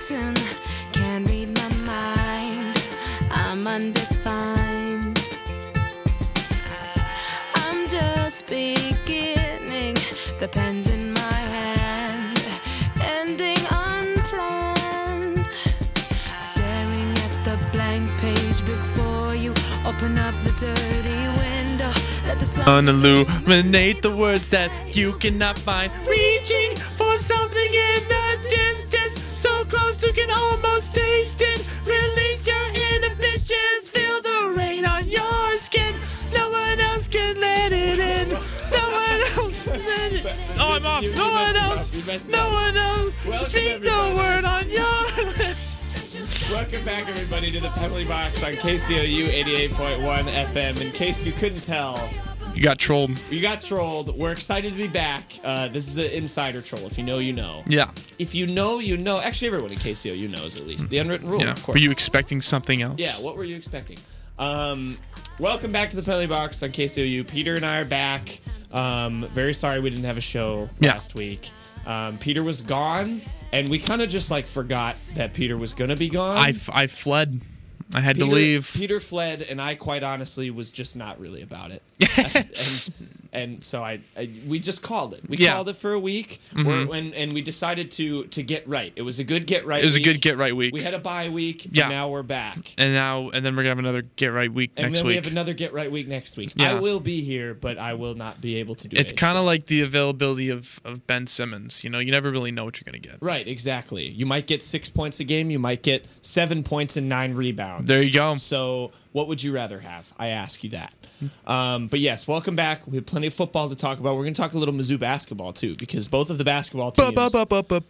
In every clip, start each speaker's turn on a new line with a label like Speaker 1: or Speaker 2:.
Speaker 1: certain. Can't read my mind. I'm undefined. I'm just beginning. The pen's in my hand. Ending unplanned. Staring at the blank page before you. Open up the dirty window. Let the sun.
Speaker 2: Unilluminate the words that you cannot find. Reaching for something in the distance, so close you can almost taste it. Release your inhibitions, feel the rain on your skin. No one else can let it in. No one else can let it in. Oh, I'm off.
Speaker 3: You- you
Speaker 2: No one
Speaker 3: messed it up.
Speaker 2: else.
Speaker 3: You messed it
Speaker 2: No
Speaker 3: up.
Speaker 2: one else.
Speaker 3: Welcome,
Speaker 2: Speak the
Speaker 3: everybody.
Speaker 2: word on your lips.
Speaker 3: Welcome back, everybody, to the Penalty Box on KCOU 88.1 FM. In case you couldn't tell,
Speaker 2: You got trolled.
Speaker 3: you got trolled. We're excited to be back. Uh, this is an insider troll. If you know, you know.
Speaker 2: Yeah.
Speaker 3: If you know, you know. Actually, everyone in KCOU knows at least the
Speaker 2: Mm.
Speaker 3: unwritten rule, of course.
Speaker 2: expecting something else?
Speaker 3: yeah. What were you expecting? Um, welcome back to the Penalty Box on KCOU. Peter and I are back. Um, very sorry we didn't have a show
Speaker 2: Yeah.
Speaker 3: last week. Um, Peter was gone, and we kind of just like forgot that Peter was gonna be gone.
Speaker 2: I, f- I fled. I had to
Speaker 3: Peter,
Speaker 2: leave.
Speaker 3: Peter fled, and I quite honestly was just not really about it. and, and so I, I, we just called it. We
Speaker 2: Yeah. Mm-hmm.
Speaker 3: called it for a week, We're- and, and we decided to to get right. It was a good get right.
Speaker 2: It was a
Speaker 3: week.
Speaker 2: good get right week.
Speaker 3: We had a bye week.
Speaker 2: Yeah.
Speaker 3: And now we're back.
Speaker 2: and now and then we're gonna have another get right week
Speaker 3: And
Speaker 2: next
Speaker 3: then
Speaker 2: week.
Speaker 3: we have another get right week next week.
Speaker 2: Yeah.
Speaker 3: I will be here, but I will not be able to do
Speaker 2: it's
Speaker 3: it.
Speaker 2: kind of like the availability of, of Ben Simmons. You know, you never really know what you're gonna get.
Speaker 3: Right, exactly. You might get six points a game. You might get seven points and nine rebounds.
Speaker 2: There you go.
Speaker 3: So, what would you rather have? I ask you that. Um, but yes, welcome back. We have plenty of football to talk about. We're going to talk a little Mizzou basketball too, because both of the basketball teams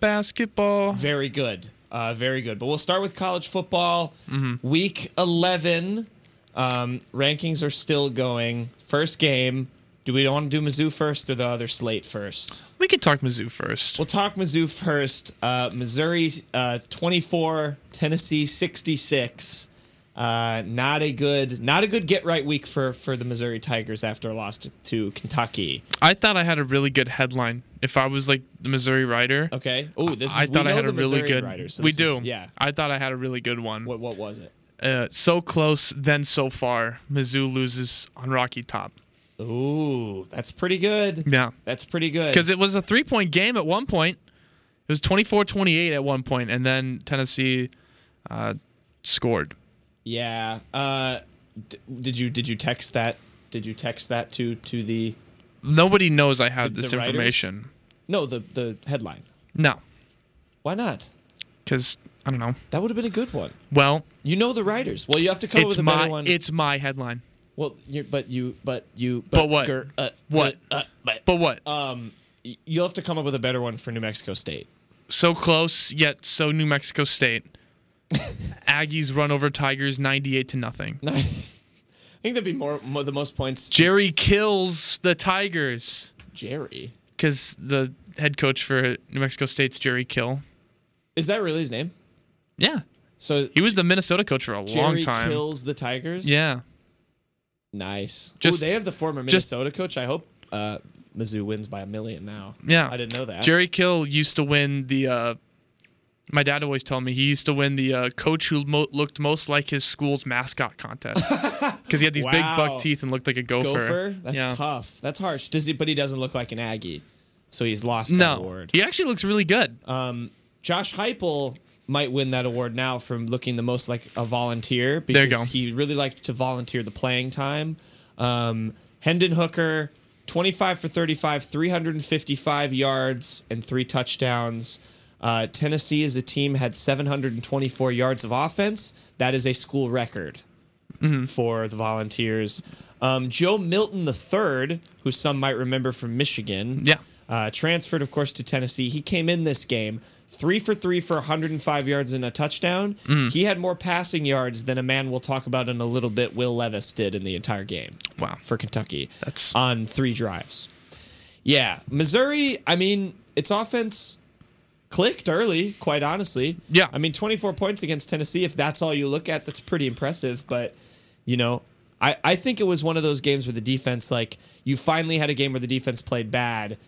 Speaker 2: Basketball.
Speaker 3: very good, uh, very good. But we'll start with college football.
Speaker 2: Mm-hmm.
Speaker 3: Week eleven um, rankings are still going. First game. Do we want to do Mizzou first or the other slate first?
Speaker 2: We could talk Mizzou first.
Speaker 3: We'll talk Mizzou first. Uh, Missouri uh, 24, Tennessee 66. Uh, not a good, not a good get right week for for the Missouri Tigers after a loss to, to Kentucky.
Speaker 2: I thought I had a really good headline. If I was like the Missouri writer,
Speaker 3: Okay. Oh, this is
Speaker 2: I
Speaker 3: we
Speaker 2: thought I
Speaker 3: know
Speaker 2: had
Speaker 3: the
Speaker 2: a really
Speaker 3: Missouri
Speaker 2: good.
Speaker 3: Riders, so
Speaker 2: we
Speaker 3: this
Speaker 2: do.
Speaker 3: is- yeah.
Speaker 2: I thought I had a really good one.
Speaker 3: What what was it?
Speaker 2: Uh, so close, then so far. Mizzou loses on Rocky Top.
Speaker 3: Ooh, that's pretty good.
Speaker 2: Yeah.
Speaker 3: That's pretty good.
Speaker 2: because it was a three point game at one point. It was 24 28 at one point, and then Tennessee uh, scored.
Speaker 3: yeah. Uh, d- did you did you text that? Did you text that to to the
Speaker 2: Nobody knows I have
Speaker 3: The-
Speaker 2: this
Speaker 3: the writers?
Speaker 2: information.
Speaker 3: no the the headline?
Speaker 2: No,
Speaker 3: Why not?
Speaker 2: because I don't know.
Speaker 3: That would have been a good one.
Speaker 2: Well,
Speaker 3: You know the writers. Well, you have to come up
Speaker 2: it's
Speaker 3: with a
Speaker 2: my
Speaker 3: better one.
Speaker 2: it's my headline.
Speaker 3: Well, you but you, but you,
Speaker 2: But what?
Speaker 3: grr, uh,
Speaker 2: What?
Speaker 3: uh, uh, but,
Speaker 2: But what?
Speaker 3: um, y- you'll have to come up with a better one for New Mexico State.
Speaker 2: so close yet so New Mexico State. Aggies run over Tigers 98 to nothing.
Speaker 3: I think that'd be more, more the most points.
Speaker 2: Jerry kills the Tigers
Speaker 3: Jerry,
Speaker 2: because the head coach for New Mexico State's Jerry Kill.
Speaker 3: is that really his name?
Speaker 2: Yeah,
Speaker 3: So
Speaker 2: he was the Minnesota coach for a long
Speaker 3: Jerry
Speaker 2: time.
Speaker 3: kills the Tigers.
Speaker 2: Yeah.
Speaker 3: nice.
Speaker 2: Just-
Speaker 3: Just, they have the former
Speaker 2: just-
Speaker 3: Minnesota coach. I hope uh, Mizzou wins by a million now.
Speaker 2: Yeah.
Speaker 3: I didn't know that.
Speaker 2: Jerry Kill used to win the. Uh, my dad always told me he used to win the uh, coach who mo- looked most like his school's mascot contest because he had these big
Speaker 3: Wow.
Speaker 2: buck teeth and looked like a gopher.
Speaker 3: Gopher. That's
Speaker 2: Yeah.
Speaker 3: tough. That's harsh. Does he? But he doesn't look like an Aggie, so he's lost that
Speaker 2: No,
Speaker 3: award. Uh,
Speaker 2: he actually looks really good.
Speaker 3: Josh Heupel might win that award now from looking the most like a volunteer because
Speaker 2: There you go.
Speaker 3: he really liked to volunteer the playing time. Um, Hendon Hooker, 25 for 35, 355 yards and three touchdowns. Uh, Tennessee as a team had 724 yards of offense. That is a school record
Speaker 2: Mm-hmm.
Speaker 3: for the Volunteers. Um, Joe Milton III, who some might remember from Michigan,
Speaker 2: Yeah.
Speaker 3: uh, transferred, of course, to Tennessee. He came in this game three for three for 105 yards and a touchdown. He had more passing yards than a man we'll talk about in a little bit, Will Levis, did in the entire game
Speaker 2: wow.
Speaker 3: for Kentucky
Speaker 2: That's-
Speaker 3: on three drives. Yeah, Missouri. I mean, its offense clicked early. Quite honestly,
Speaker 2: Yeah.
Speaker 3: I mean, 24 points against Tennessee. If that's all you look at, that's pretty impressive. But you know, I I think it was one of those games where the defense, like, you finally had a game where the defense played bad.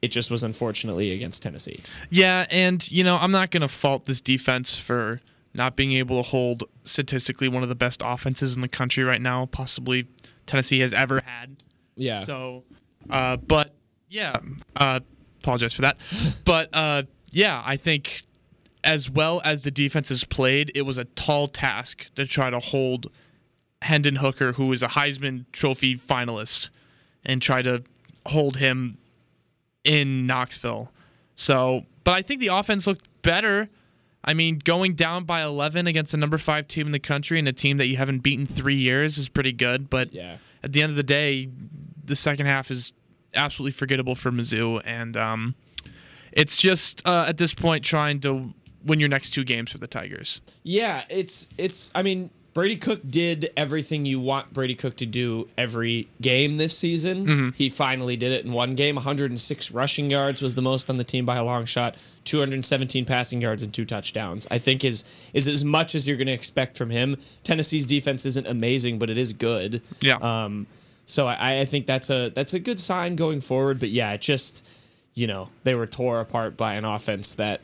Speaker 3: It just was unfortunately against Tennessee.
Speaker 2: Yeah, and you know, I'm not going to fault this defense for not being able to hold statistically one of the best offenses in the country right now, possibly Tennessee has ever had.
Speaker 3: Yeah.
Speaker 2: So, uh, but yeah, uh, apologize for that. but uh, yeah, I think as well as the defense has played, it was a tall task to try to hold Hendon Hooker, who is a Heisman Trophy finalist, and try to hold him in Knoxville. So, but I think the offense looked better. I mean, going down by 11 against the number five team in the country and a team that you haven't beaten three years is pretty good. But
Speaker 3: yeah.
Speaker 2: at the end of the day, the second half is absolutely forgettable for Mizzou, and um, it's just uh, at this point trying to win your next two games for the Tigers.
Speaker 3: Yeah, it's it's. I mean, Brady Cook did everything you want Brady Cook to do every game this season.
Speaker 2: Mm-hmm.
Speaker 3: He finally did it in one game. 106 rushing yards was the most on the team by a long shot. 217 passing yards and two touchdowns. I think is is as much as you're going to expect from him. Tennessee's defense isn't amazing, but it is good.
Speaker 2: Yeah.
Speaker 3: Um, so I, I think that's a that's a good sign going forward. But yeah, it just you know they were tore apart by an offense that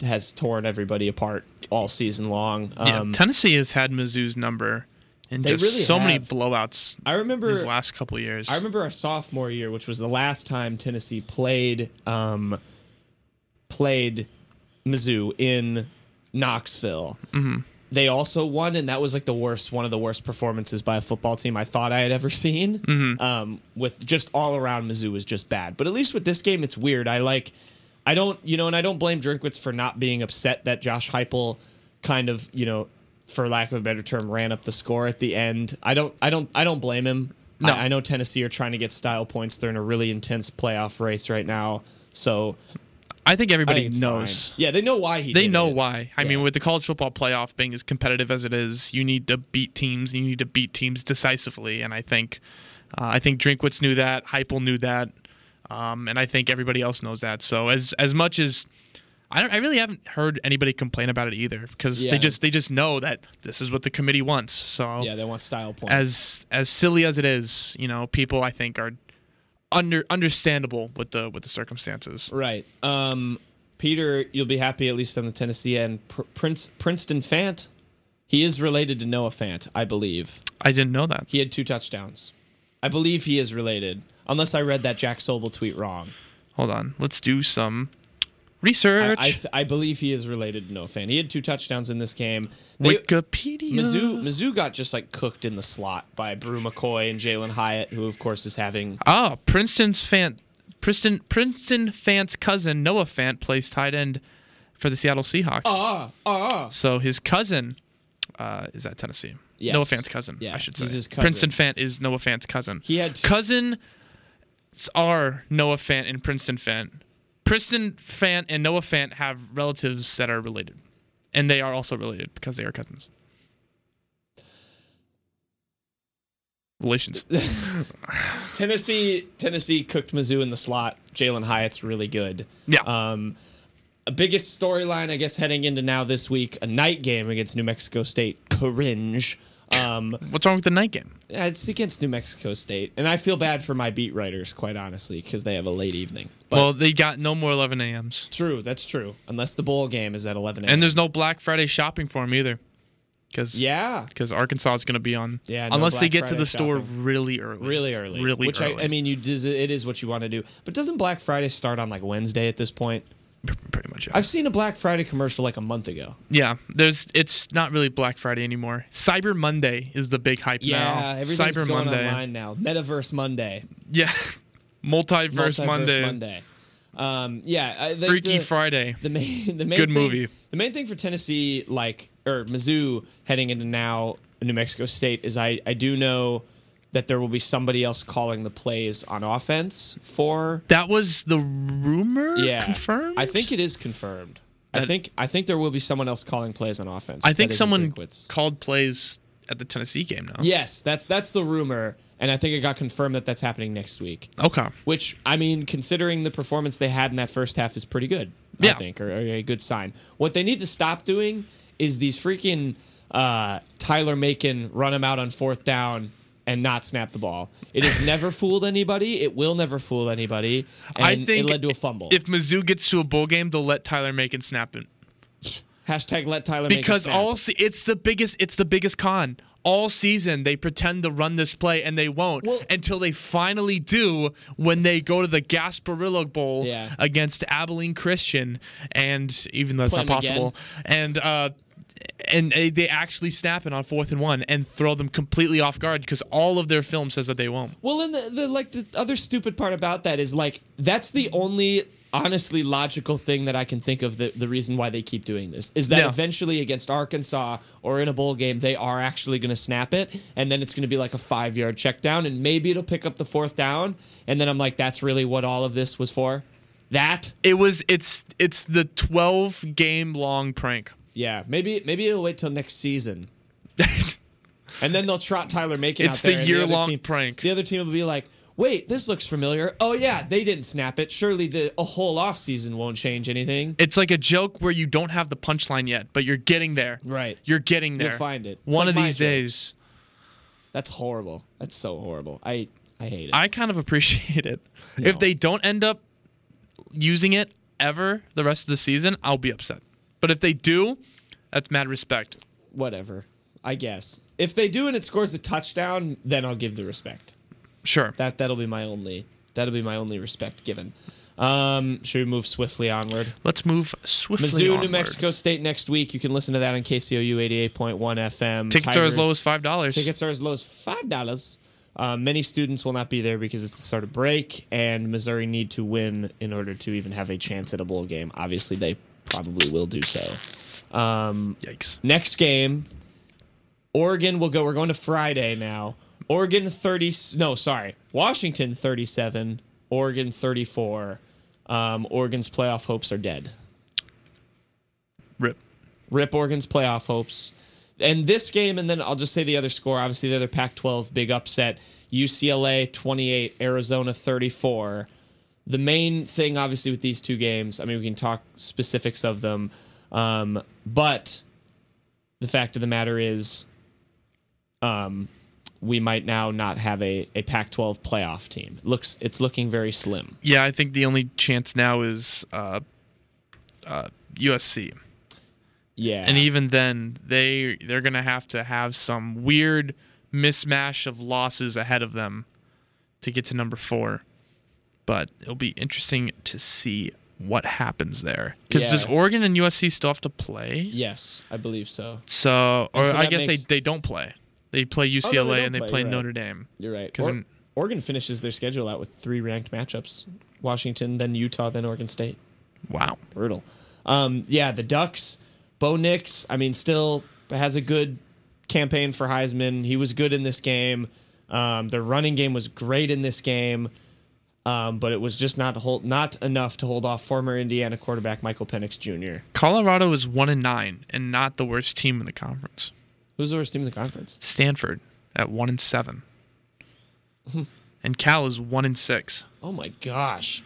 Speaker 3: has torn everybody apart all season long.
Speaker 2: Yeah,
Speaker 3: Um,
Speaker 2: Tennessee has had Mizzou's number in
Speaker 3: They
Speaker 2: just
Speaker 3: really
Speaker 2: so many
Speaker 3: have.
Speaker 2: blowouts
Speaker 3: I remember
Speaker 2: these last couple of years.
Speaker 3: I remember our sophomore year, which was the last time Tennessee played um, played Mizzou in Knoxville. They also won, and that was like the worst, one of the worst performances by a football team I thought I had ever seen.
Speaker 2: Mm-hmm.
Speaker 3: Um, with just all around, Mizzou was just bad. But at least with this game, it's weird. I like, I don't, you know, and I don't blame Drinkwitz for not being upset that Josh Heupel kind of, you know, for lack of a better term, ran up the score at the end. I don't, I don't, I don't blame him.
Speaker 2: No.
Speaker 3: I, I know Tennessee are trying to get style points. They're in a really intense playoff race right now. So
Speaker 2: I think
Speaker 3: I
Speaker 2: everybody
Speaker 3: think it's
Speaker 2: knows.
Speaker 3: fine. Yeah, they know why he.
Speaker 2: They
Speaker 3: did
Speaker 2: know
Speaker 3: it.
Speaker 2: why. I
Speaker 3: Yeah.
Speaker 2: mean, with the college football playoff being as competitive as it is, you need to beat teams. You need to beat teams decisively, and I think, uh, I think Drinkwitz knew that. Heupel knew that, um, and I think everybody else knows that. So as as much as I don't, I really haven't heard anybody complain about it either because
Speaker 3: Yeah.
Speaker 2: they just they just know that this is what the committee wants. So
Speaker 3: Yeah, they want style points.
Speaker 2: as as silly as it is, you know, people I think are under understandable with the with the circumstances.
Speaker 3: Right. Um, Peter, you'll be happy at least on the Tennessee end. Pr- Prince Princeton Fant, he is related to Noah Fant, I believe.
Speaker 2: I didn't know that.
Speaker 3: He had two touchdowns. I believe he is related, unless I read that Jack Sobel tweet wrong.
Speaker 2: Hold on, let's do some research.
Speaker 3: I, I, th- I believe he is related to Noah Fant. He had two touchdowns in this game. They-
Speaker 2: Wikipedia.
Speaker 3: Mizzou, Mizzou got just like cooked in the slot by Brew McCoy and Jalen Hyatt, who of course is having.
Speaker 2: Oh, Princeton's fan. Princeton Princeton Fant's cousin Noah Fant plays tight end for the Seattle Seahawks.
Speaker 3: Ah, ah.
Speaker 2: So his cousin uh, is at Tennessee.
Speaker 3: Yes.
Speaker 2: Noah Fant's cousin.
Speaker 3: Yeah,
Speaker 2: I should say.
Speaker 3: he's his cousin.
Speaker 2: Princeton Fant is Noah Fant's cousin.
Speaker 3: He had two-
Speaker 2: cousins are Noah Fant and Princeton Fant. Princeton Fant and Noah Fant have relatives that are related, and they are also related because they are cousins. Relations.
Speaker 3: Tennessee, Tennessee cooked Mizzou in the slot. Jalen Hyatt's really good.
Speaker 2: Yeah.
Speaker 3: Um, a biggest storyline, I guess, heading into now this week, a night game against New Mexico State. Cringe. Um,
Speaker 2: What's wrong with the night game?
Speaker 3: it's against New Mexico State, and I feel bad for my beat writers, quite honestly, because they have a late evening. But
Speaker 2: well, they got no more 11 a.m.s,
Speaker 3: true, that's true. Unless the bowl game is at 11 a.m.
Speaker 2: and there's no Black Friday shopping for them either, because
Speaker 3: yeah,
Speaker 2: because Arkansas is going to be on.
Speaker 3: Yeah, no
Speaker 2: unless they
Speaker 3: Black
Speaker 2: get to
Speaker 3: Friday
Speaker 2: the store
Speaker 3: shopping.
Speaker 2: really early.
Speaker 3: really early,
Speaker 2: Really
Speaker 3: Which
Speaker 2: early.
Speaker 3: I, I mean, you does it is what you want to do. But doesn't Black Friday start on like Wednesday at this point?
Speaker 2: P- pretty much. Yeah.
Speaker 3: I've seen a Black Friday commercial like a month ago.
Speaker 2: yeah, there's. It's not really Black Friday anymore. Cyber Monday is the big hype
Speaker 3: Yeah,
Speaker 2: now.
Speaker 3: everything's
Speaker 2: Cyber
Speaker 3: going
Speaker 2: Monday.
Speaker 3: online now. Metaverse Monday,
Speaker 2: Yeah, Multiverse,
Speaker 3: Multiverse
Speaker 2: Monday.
Speaker 3: Monday. Um, yeah, I, the,
Speaker 2: Freaky
Speaker 3: the,
Speaker 2: Friday.
Speaker 3: The main, the main
Speaker 2: Good
Speaker 3: thing-
Speaker 2: movie.
Speaker 3: The main thing for Tennessee, like or Mizzou, heading into now New Mexico State, is I I do know that there will be somebody else calling the plays on offense for.
Speaker 2: That was the rumor.
Speaker 3: Yeah,
Speaker 2: confirmed.
Speaker 3: I think it is confirmed. I
Speaker 2: That-
Speaker 3: think I think there will be someone else calling plays on offense.
Speaker 2: I
Speaker 3: that
Speaker 2: think
Speaker 3: isn't
Speaker 2: someone
Speaker 3: Drinkwitz.
Speaker 2: called plays at the Tennessee game now.
Speaker 3: Yes, that's that's the rumor, and I think it got confirmed that that's happening next week.
Speaker 2: Okay.
Speaker 3: Which I mean, considering the performance they had in that first half, is pretty good. I
Speaker 2: Yeah.
Speaker 3: think, or, or a good sign. What they need to stop doing is these freaking uh, Tyler Macon run him out on fourth down and not snap the ball. It has never fooled anybody. It will never fool anybody. And
Speaker 2: I think
Speaker 3: it led to a fumble.
Speaker 2: If Mizzou gets to a bowl game, they'll let Tyler Macon snap it
Speaker 3: Hashtag let Tyler make a
Speaker 2: because
Speaker 3: snap.
Speaker 2: all se- it's the biggest it's the biggest con. All season they pretend to run this play and they won't
Speaker 3: Well-
Speaker 2: until they finally do when they go to the Gasparillo Bowl
Speaker 3: Yeah.
Speaker 2: against Abilene Christian and even though it's
Speaker 3: Play
Speaker 2: not
Speaker 3: them
Speaker 2: possible and uh and they they actually snap it on fourth and one and throw them completely off guard because all of their film says that they won't.
Speaker 3: Well, and the, the like the other stupid part about that is like that's the only honestly logical thing that I can think of the, the reason why they keep doing this is that
Speaker 2: Yeah.
Speaker 3: eventually against Arkansas or in a bowl game they are actually going to snap it and then it's going to be like a 5 yard check down and maybe it'll pick up the fourth down and then I'm like that's really what all of this was for that
Speaker 2: It was it's it's the twelve game long prank.
Speaker 3: yeah maybe maybe it'll wait till next season and then they'll trot Tyler Macon
Speaker 2: It's
Speaker 3: out there
Speaker 2: the
Speaker 3: and other
Speaker 2: year-long
Speaker 3: team-
Speaker 2: prank.
Speaker 3: the other team will be like, wait, this looks familiar. Oh yeah, they didn't snap it. Surely the a whole offseason won't change anything.
Speaker 2: It's like a joke where you don't have the punchline yet, but you're getting there.
Speaker 3: Right.
Speaker 2: You're getting there.
Speaker 3: You'll find it. It's
Speaker 2: One
Speaker 3: like
Speaker 2: of
Speaker 3: my
Speaker 2: these
Speaker 3: joke.
Speaker 2: days.
Speaker 3: That's horrible. That's so horrible. I I hate it.
Speaker 2: I kind of appreciate it. If they don't end up using it ever the rest of the season, I'll be upset. But if they do, that's mad respect.
Speaker 3: Whatever. I guess. If they do and it scores a touchdown, then I'll give the respect.
Speaker 2: Sure.
Speaker 3: That that'll be my only that'll be my only respect given. Um, should we move swiftly onward?
Speaker 2: Let's move swiftly.
Speaker 3: Mizzou, New
Speaker 2: onward.
Speaker 3: Mexico State next week. You can listen to that on KCOU 88.1 FM.
Speaker 2: Tickets are as
Speaker 3: Tigers-
Speaker 2: low as five dollars.
Speaker 3: Tickets are as low as five dollars. Uh, many students will not be there because it's the start of break, and Missouri need to win in order to even have a chance at a bowl game. Obviously, they probably will do so.
Speaker 2: Yikes.
Speaker 3: Next game, Oregon will go. We're going to Friday now. Oregon thirty. No, sorry, Washington thirty-seven. Oregon thirty-four. Um, Oregon's playoff hopes are dead.
Speaker 2: Rip.
Speaker 3: Rip Oregon's playoff hopes. And this game, and then I'll just say the other score. Obviously, the other Pac 12 big upset UCLA 28, Arizona 34. The main thing, obviously, with these two games, I mean, we can talk specifics of them, um, but the fact of the matter is um, we might now not have a, a Pac 12 playoff team. Looks, It's looking very slim.
Speaker 2: Yeah, I think the only chance now is uh, uh, USC.
Speaker 3: Yeah.
Speaker 2: And even then, they they're gonna have to have some weird mismatch of losses ahead of them to get to number four. But it'll be interesting to see what happens there. Because
Speaker 3: Yeah.
Speaker 2: does Oregon and USC still have to play?
Speaker 3: yes, I believe so.
Speaker 2: So, or
Speaker 3: so
Speaker 2: I
Speaker 3: that
Speaker 2: guess
Speaker 3: makes- Oh,
Speaker 2: they, they don't play. They play UCLA
Speaker 3: don't
Speaker 2: and they
Speaker 3: play,
Speaker 2: play,
Speaker 3: you're right.
Speaker 2: Notre Dame.
Speaker 3: You're right.
Speaker 2: 'Cause
Speaker 3: Or-
Speaker 2: I'm-
Speaker 3: Oregon finishes their schedule out with three ranked matchups: Washington, then Utah, then Oregon State.
Speaker 2: Wow.
Speaker 3: Brutal. Um, yeah, the Ducks. Bo Nix. I mean, still has a good campaign for Heisman. He was good in this game. Um, their running game was great in this game, um, but it was just not hold, not enough to hold off former Indiana quarterback Michael Penix Jr.
Speaker 2: Colorado is one and nine and not the worst team in the conference.
Speaker 3: Who's the worst team in the conference?
Speaker 2: Stanford at one and seven. and Cal is one and six.
Speaker 3: Oh my gosh!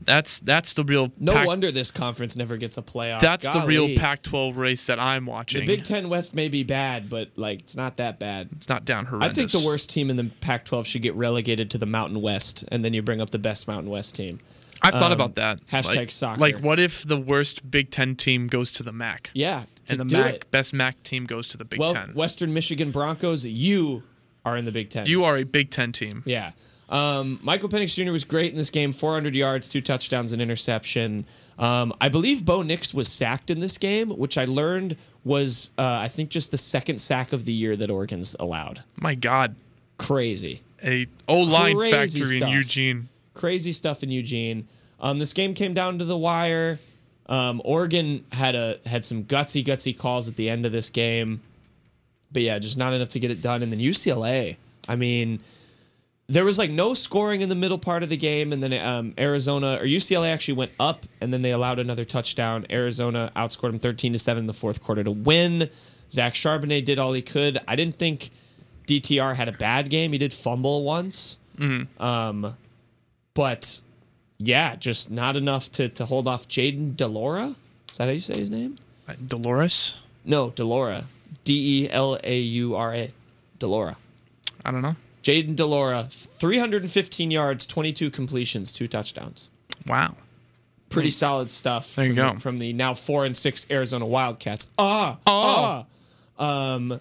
Speaker 2: That's that's the real
Speaker 3: No
Speaker 2: Pac-
Speaker 3: wonder this conference never gets a playoff.
Speaker 2: That's the real
Speaker 3: Golly.
Speaker 2: Pac-12 race that I'm watching.
Speaker 3: The Big Ten West may be bad, but like it's not that bad.
Speaker 2: it's not down
Speaker 3: I
Speaker 2: horrendous.
Speaker 3: think the worst team in the Pac-12 should get relegated to the Mountain West, and then you bring up the best Mountain West team.
Speaker 2: I've thought about that.
Speaker 3: um, hashtag
Speaker 2: like,
Speaker 3: soccer.
Speaker 2: Like, what if the worst Big Ten team goes to the MAC?
Speaker 3: Yeah, to
Speaker 2: and the
Speaker 3: do
Speaker 2: MAC
Speaker 3: it.
Speaker 2: best MAC team goes to the Big
Speaker 3: Well,
Speaker 2: Ten.
Speaker 3: Western Michigan Broncos, you are in the Big Ten.
Speaker 2: you are a Big Ten team.
Speaker 3: Yeah. Um, Michael Penix Jr. was great in this game 400 yards, two touchdowns, an interception. Um, I believe Bo Nix was sacked in this game, which I learned was, uh, I think, just the second sack of the year that Oregon's allowed.
Speaker 2: My God,
Speaker 3: Crazy.
Speaker 2: a O-line
Speaker 3: Crazy
Speaker 2: factory in
Speaker 3: stuff.
Speaker 2: Eugene.
Speaker 3: crazy stuff in Eugene. Um, this game came down to the wire. Um, Oregon had a had some gutsy gutsy calls at the end of this game, but yeah, just not enough to get it done. And then UCLA, I mean, there was like no scoring in the middle part of the game, and then um, Arizona or UCLA actually went up, and then they allowed another touchdown. Arizona outscored them thirteen to seven in the fourth quarter to win. Zach Charbonnet did all he could. I didn't think DTR had a bad game. He did fumble once but yeah, just not enough to to hold off Jaden Delora. Is that how you say his name?
Speaker 2: Uh, Dolores.
Speaker 3: No, Delora. D E L A U R A. Delora.
Speaker 2: I don't know.
Speaker 3: Jaden Delora, 315 yards, 22 completions, two touchdowns.
Speaker 2: Wow.
Speaker 3: Pretty solid stuff
Speaker 2: Hmm. you
Speaker 3: from,
Speaker 2: go.
Speaker 3: The, from the now four and six Arizona Wildcats. Ah,
Speaker 2: Oh,
Speaker 3: ah. Um,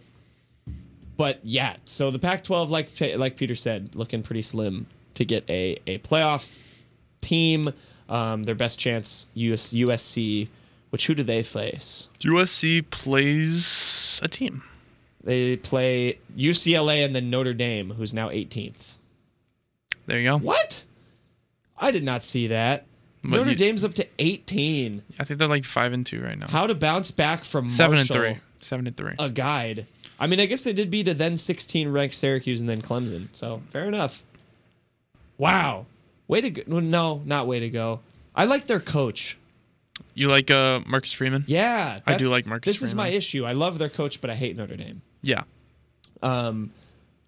Speaker 3: but yeah, so the Pac-12, like Pe- like Peter said, looking pretty slim to get a a playoff team. Um, their best chance US, USC, which who do they face?
Speaker 2: USC plays a team.
Speaker 3: They play UCLA and then Notre Dame, who's now 18th.
Speaker 2: There you go.
Speaker 3: What? I did not see that.
Speaker 2: But
Speaker 3: Notre
Speaker 2: you-
Speaker 3: Dame's up to 18.
Speaker 2: I think they're like five and two right now.
Speaker 3: How Uh, to bounce back from
Speaker 2: Seven
Speaker 3: Marshall,
Speaker 2: and three. Seven and three.
Speaker 3: a guide. I mean, I guess they did beat a then 16 ranked Syracuse and then Clemson. So fair enough. Wow. Way to go. No, not way to go. I like their coach.
Speaker 2: you like uh Marcus Freeman?
Speaker 3: Yeah.
Speaker 2: I
Speaker 3: that's-
Speaker 2: do like Marcus
Speaker 3: This is my
Speaker 2: Freeman.
Speaker 3: issue. I love their coach, but I hate Notre Dame.
Speaker 2: Yeah.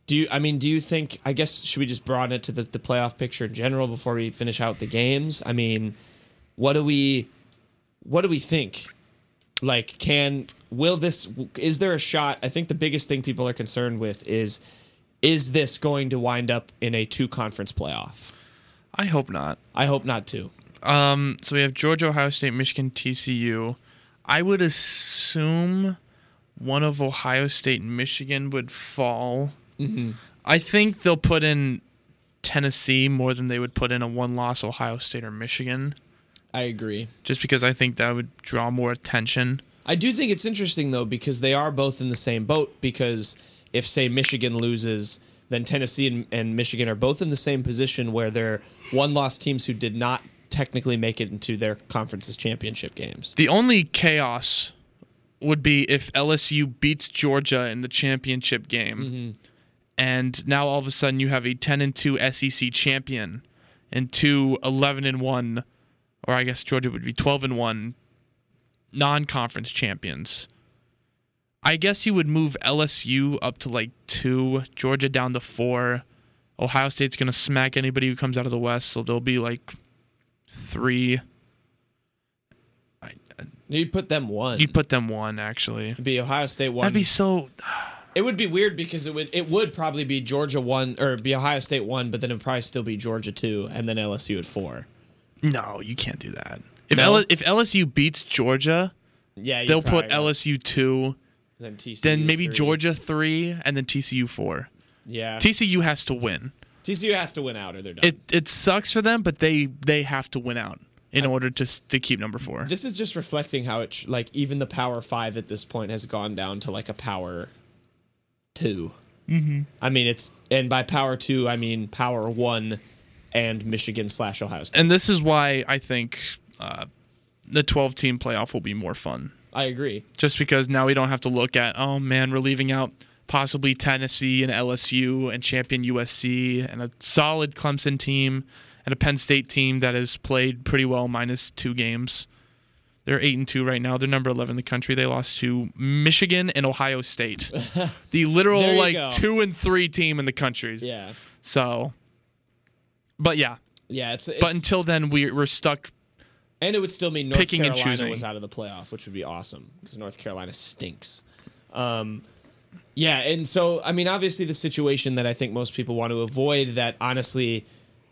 Speaker 3: Do you, I mean, do you think, I guess, should we just broaden it to the, the playoff picture in general before we finish out the games? I mean, what do we, what do we think? Like, can, will this, is there a shot? I think the biggest thing people are concerned with is, is this going to wind up in a two conference playoff?
Speaker 2: I hope not.
Speaker 3: I hope not to.
Speaker 2: Um, so we have Georgia, Ohio State, Michigan, TCU. I would assume one of Ohio State and Michigan would fall. I think they'll put in Tennessee more than they would put in a one-loss Ohio State or Michigan,
Speaker 3: I agree.
Speaker 2: just because I think that would draw more attention.
Speaker 3: I do think it's interesting though because they are both in the same boat. Because if say Michigan loses, then Tennessee and, and Michigan are both in the same position where they're one-loss teams who did not technically make it into their conference's championship games.
Speaker 2: The only chaos would be if LSU beats Georgia in the championship game, and now all of a sudden you have a ten and two SEC champion and two 11 and one, or I guess Georgia would be twelve and one non-conference champions. I guess you would move LSU up to like two, Georgia down to four. Ohio State's gonna smack anybody who comes out of the West, so they'll be like three.
Speaker 3: You put them one.
Speaker 2: You'd put them one actually.
Speaker 3: It'd be Ohio State one.
Speaker 2: That'd be so.
Speaker 3: it would be weird because it would it would probably be Georgia one or be Ohio State one, but then it'd probably still be Georgia two and then LSU at four.
Speaker 2: No, you can't do that. If,
Speaker 3: No?
Speaker 2: L- if LSU beats Georgia,
Speaker 3: Yeah, you
Speaker 2: they'll put
Speaker 3: probably-
Speaker 2: LSU two,
Speaker 3: then TCU
Speaker 2: then maybe
Speaker 3: three.
Speaker 2: Georgia three, and then TCU four.
Speaker 3: Yeah,
Speaker 2: TCU has to win.
Speaker 3: TCU has to win out or they're done.
Speaker 2: It it sucks for them, but they they have to win out in order to s- to keep number four.
Speaker 3: Uh, This is just reflecting how it, sh- like, even the Power Five at this point has gone down to like a Power 2 Mm-hmm. I mean, it's and by Power Two, I mean Power One and Michigan slash Ohio State.
Speaker 2: And this is why I think uh, the twelve team playoff will be more fun,
Speaker 3: I agree.
Speaker 2: just because now we don't have to look at oh man, we're leaving out possibly Tennessee and LSU and champion USC and a solid Clemson team and a Penn State team that has played pretty well minus two games. They're eight and two right now. They're number eleven in the country. They lost to Michigan and Ohio State, the literal
Speaker 3: There you
Speaker 2: like
Speaker 3: go.
Speaker 2: two and three team in the country.
Speaker 3: Yeah,
Speaker 2: So, but yeah.
Speaker 3: yeah. It's, it's
Speaker 2: But until then, we're we're stuck.
Speaker 3: and it would still mean North
Speaker 2: picking and
Speaker 3: Carolina
Speaker 2: choosing.
Speaker 3: was out of the playoff, which would be awesome because North Carolina stinks. Um, yeah, and so I mean, obviously, the situation that I think most people want to avoid that honestly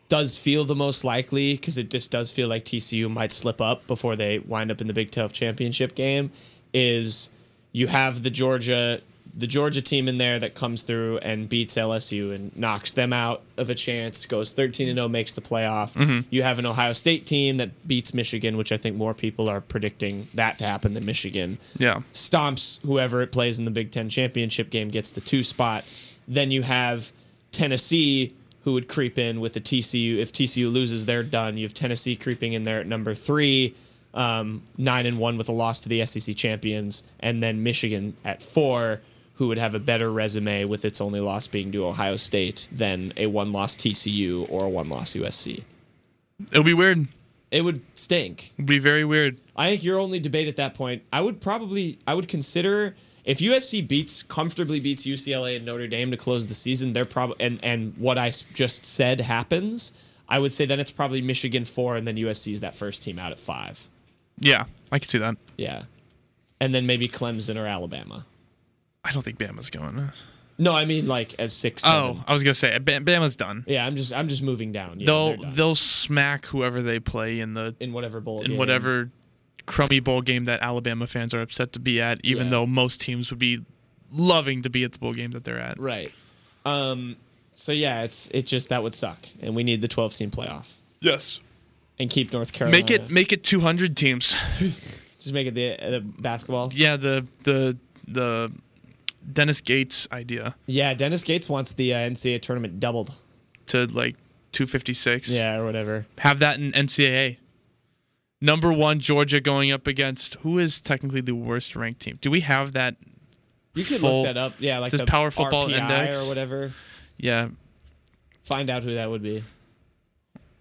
Speaker 3: does feel the most likely because it just does feel like TCU might slip up before they wind up in the Big 12 championship game is you have the Georgia the Georgia team in there that comes through and beats LSU and knocks them out of a chance, goes 13 and 0 makes the playoff. You have an Ohio State team that beats Michigan, which I think more people are predicting that to happen than Michigan
Speaker 2: Yeah.
Speaker 3: stomps whoever it plays in the Big Ten championship game, gets the two spot. Then you have Tennessee, who would creep in with the TCU. If TCU loses, they're done. You have Tennessee creeping in there at number three, um, nine and one with a loss to the SEC champions, and then Michigan at four, who would have a better resume with its only loss being to Ohio State than a one-loss TCU or a one-loss USC.
Speaker 2: It'll be weird.
Speaker 3: It would stink.
Speaker 2: It'll be very weird.
Speaker 3: I think your only debate at that point, I would probably, I would consider if USC beats comfortably beats UCLA and Notre Dame to close the season, they're probably and and what I s- just said happens, I would say then it's probably Michigan four and then USC's that first team out at five.
Speaker 2: Yeah, I could do that.
Speaker 3: Yeah, and then maybe Clemson or Alabama.
Speaker 2: I don't think Bama's going.
Speaker 3: No, I mean like as six.
Speaker 2: Oh,
Speaker 3: seven.
Speaker 2: I was gonna say Ba- Bama's done.
Speaker 3: yeah. I'm just I'm just moving down. Yeah,
Speaker 2: they'll
Speaker 3: they're done.
Speaker 2: they'll smack whoever they play in the
Speaker 3: in whatever bowl.
Speaker 2: in
Speaker 3: game.
Speaker 2: whatever crummy bowl game that Alabama fans are upset to be at, even
Speaker 3: Yeah.
Speaker 2: though most teams would be loving to be at the bowl game that they're at.
Speaker 3: Right. Um. So yeah, it's it just that would suck, and we need the 12 team playoff
Speaker 2: Yes.
Speaker 3: and keep North Carolina.
Speaker 2: Make it make it 200 teams.
Speaker 3: just make it the, uh, the basketball.
Speaker 2: Yeah, the the the Dennis Gates idea
Speaker 3: Yeah, Dennis Gates wants the uh, NCAA tournament doubled.
Speaker 2: to like 256.
Speaker 3: Yeah, or whatever.
Speaker 2: Have that in NCAA. Number 1 Georgia going up against who is technically the worst ranked team. Do we have that?
Speaker 3: You could
Speaker 2: Full-
Speaker 3: look that up. Yeah, like
Speaker 2: this
Speaker 3: the
Speaker 2: Power Football
Speaker 3: RPI
Speaker 2: Index.
Speaker 3: or whatever.
Speaker 2: Yeah.
Speaker 3: Find out who that would be.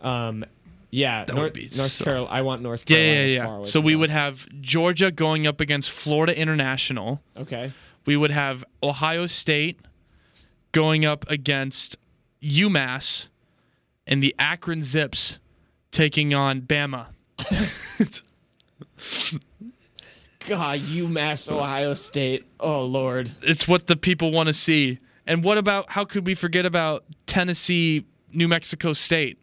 Speaker 3: Um. Yeah,
Speaker 2: That
Speaker 3: Nor-
Speaker 2: would be
Speaker 3: North
Speaker 2: so-
Speaker 3: Carolina. I want North
Speaker 2: Yeah,
Speaker 3: Carolina.
Speaker 2: yeah,
Speaker 3: Far
Speaker 2: yeah.
Speaker 3: away
Speaker 2: So
Speaker 3: from
Speaker 2: we
Speaker 3: that.
Speaker 2: would have Georgia going up against Florida International.
Speaker 3: Okay.
Speaker 2: we would have Ohio State going up against UMass and the Akron Zips taking on Bama.
Speaker 3: God, UMass, Ohio State. Oh Lord.
Speaker 2: It's what the people want to see. And what about how could we forget about Tennessee, New Mexico State?